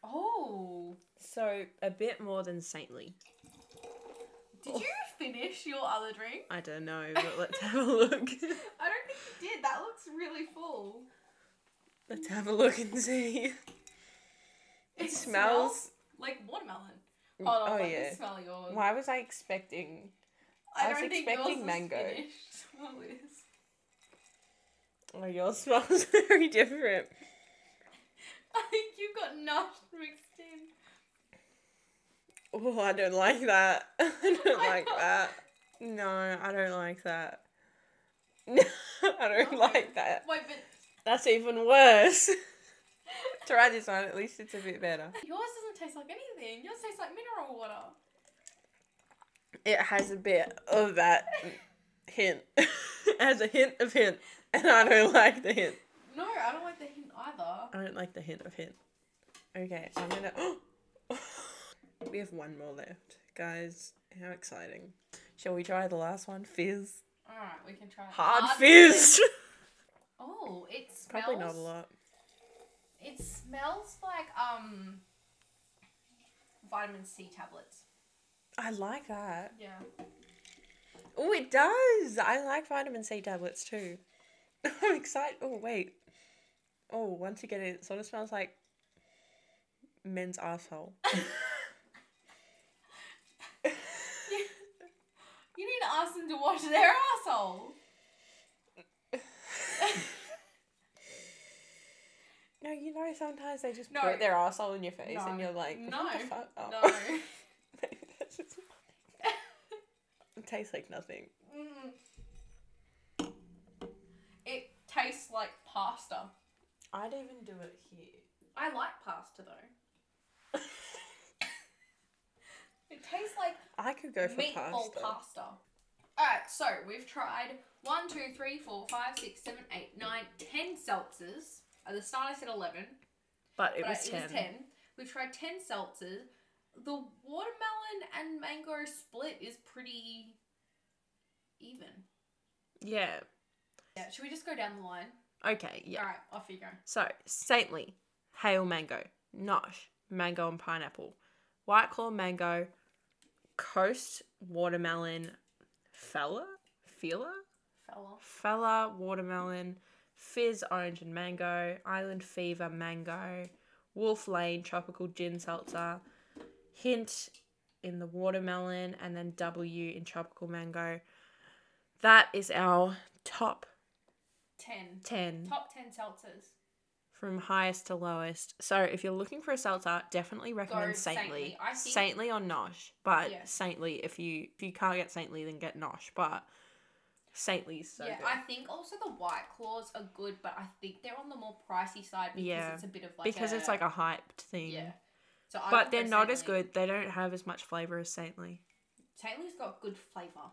Speaker 2: Oh.
Speaker 1: So, a bit more than saintly.
Speaker 2: Did
Speaker 1: Oh.
Speaker 2: you finish your other drink?
Speaker 1: I don't know, but let's have a look.
Speaker 2: I don't think you did. That looks really full.
Speaker 1: let's have a look and see. It, smells.
Speaker 2: like watermelon.
Speaker 1: Mm,
Speaker 2: Hold on,
Speaker 1: oh,
Speaker 2: let me
Speaker 1: yeah.
Speaker 2: smell yours.
Speaker 1: Why was I expecting? I was expecting mango.
Speaker 2: finished. Smell this.
Speaker 1: Oh, yours smells very different.
Speaker 2: I think you've got nuts mixed in.
Speaker 1: Oh, I don't like that. I don't like that. No, I don't like that. No, I don't
Speaker 2: Okay.
Speaker 1: like that.
Speaker 2: Wait, but
Speaker 1: That's even worse. Try this one, at least it's a bit better.
Speaker 2: yours doesn't taste like anything. Yours tastes like mineral water.
Speaker 1: It has a bit of that hint. it has a hint of hint, and I don't like the hint.
Speaker 2: No, I don't like the hint either.
Speaker 1: I don't like the hint of hint. Okay, I'm gonna. we have one more left. Guys, how exciting. Shall we try the last one? Fizz.
Speaker 2: Alright, we can try it.
Speaker 1: Hard, fizz!
Speaker 2: Oh, it smells.
Speaker 1: Probably not a lot.
Speaker 2: It smells like um vitamin C tablets.
Speaker 1: I like that.
Speaker 2: Yeah.
Speaker 1: Oh, it does. I like vitamin C tablets too. I'm excited. Oh, wait. Oh, once you get it, it sort of smells like men's asshole.
Speaker 2: You need to ask them to wash their asshole.
Speaker 1: No, you know, sometimes they just
Speaker 2: No.
Speaker 1: put their asshole in your face
Speaker 2: No.
Speaker 1: and you're like,
Speaker 2: No.
Speaker 1: what the fuck? Oh.
Speaker 2: No.
Speaker 1: Maybe that's just- it tastes like nothing.
Speaker 2: Mm. It tastes like pasta.
Speaker 1: I'd even do it here.
Speaker 2: I like pasta though. It tastes like
Speaker 1: I could go for
Speaker 2: meatball
Speaker 1: pasta.
Speaker 2: pasta. Alright, so we've tried one, two, three, four, five, six, seven, eight, nine, ten seltzers. At the start I said 11,
Speaker 1: But it
Speaker 2: but
Speaker 1: was
Speaker 2: I-
Speaker 1: 10.
Speaker 2: We've tried 10 seltzers. The watermelon and mango split is pretty even.
Speaker 1: Yeah.
Speaker 2: Yeah, should we just go down the line?
Speaker 1: Okay, yeah.
Speaker 2: Alright, off you go.
Speaker 1: So, saintly, hail mango, nosh, mango and pineapple, white claw mango, coast watermelon, fella, fila,
Speaker 2: Fell off.
Speaker 1: fella watermelon, fizz orange and mango, island fever mango, wolf lane tropical gin seltzer, hint in the watermelon, and then W in tropical mango. That is our top
Speaker 2: 10.
Speaker 1: 10
Speaker 2: Top 10 seltzers.
Speaker 1: from highest to lowest. So if you're looking for a seltzer, definitely recommend
Speaker 2: Saintly.
Speaker 1: Saintly.
Speaker 2: I think-
Speaker 1: Saintly on Nosh, but
Speaker 2: Yeah.
Speaker 1: Saintly if you if you can't get Saintly, then get Nosh. But Saintly's so
Speaker 2: yeah,
Speaker 1: good
Speaker 2: I think also the white claws are good, but I think they're on the more pricey side because
Speaker 1: Yeah,
Speaker 2: it's a bit of like
Speaker 1: because it's like a hyped thing.
Speaker 2: yeah. So I
Speaker 1: But
Speaker 2: would
Speaker 1: they're
Speaker 2: go
Speaker 1: not as
Speaker 2: Saintly.
Speaker 1: good. They don't have as much flavor as Saintly.
Speaker 2: Saintly's got good flavor.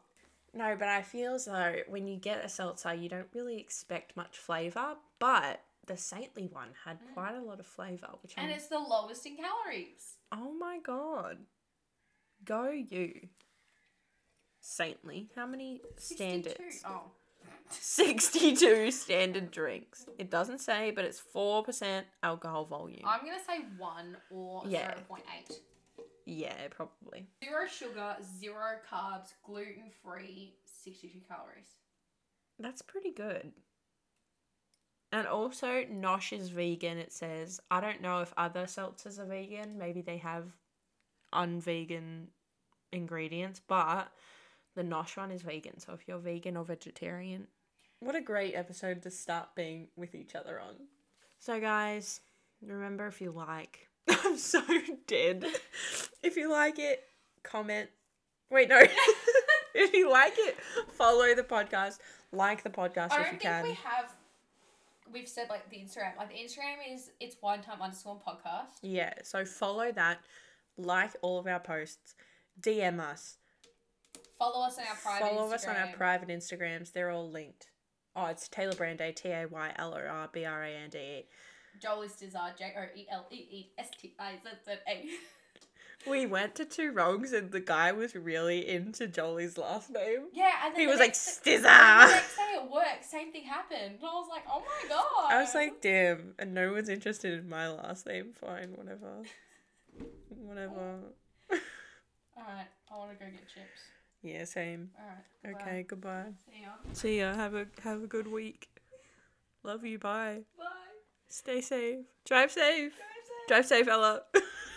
Speaker 1: No, but I feel as though when you get a seltzer, you don't really expect much flavour, but the saintly one had
Speaker 2: Mm.
Speaker 1: quite a lot of flavour, which
Speaker 2: And
Speaker 1: I'm,
Speaker 2: it's the lowest in calories.
Speaker 1: oh my god, go you, saintly. How many
Speaker 2: 62.
Speaker 1: standards?
Speaker 2: Oh.
Speaker 1: Sixty-two standard drinks. It doesn't say, but it's four percent alcohol volume.
Speaker 2: I'm going to say 1 or
Speaker 1: Yeah.
Speaker 2: 0.8.
Speaker 1: yeah, probably.
Speaker 2: Zero sugar, zero carbs, gluten free, 62 calories.
Speaker 1: That's pretty good. And also, Nosh is vegan, it says. I don't know if other seltzers are vegan. Maybe they have unvegan ingredients, but the Nosh one is vegan. So if you're vegan or vegetarian, what a great episode to start being with each other on. So, guys, remember if you like. I'm so dead. If you like it, comment. Wait, no. if you like it, follow the podcast. Like the podcast if
Speaker 2: I
Speaker 1: you
Speaker 2: don't think
Speaker 1: can.
Speaker 2: we have. We've said like the Instagram. Like the Instagram is it's one time underscore podcast.
Speaker 1: Yeah, so follow that. Like all of our posts. DM us.
Speaker 2: Follow us on our private
Speaker 1: follow us on our
Speaker 2: Instagram.
Speaker 1: private Instagrams. They're all linked. Oh, it's Taylor Brand A, T A Y L O R B R A N D E.
Speaker 2: Joel is Dizar, J O E L E E S T I Z Z A.
Speaker 1: We went to two wrongs and the guy was really into Jolie's last name.
Speaker 2: Yeah, and then
Speaker 1: He
Speaker 2: the
Speaker 1: was like,
Speaker 2: next-
Speaker 1: Stizza!
Speaker 2: The next day at work, same thing happened. And I was like, oh my god.
Speaker 1: I was like, damn, and no one's interested in my last name. Fine, whatever. Whatever.
Speaker 2: Alright, I want to go get chips.
Speaker 1: Yeah, same.
Speaker 2: Alright.
Speaker 1: Okay, goodbye.
Speaker 2: See ya.
Speaker 1: See ya. Have a have a good week. Love you. Bye.
Speaker 2: Bye.
Speaker 1: Stay safe. Drive safe.
Speaker 2: Drive safe.
Speaker 1: Drive safe, Ella.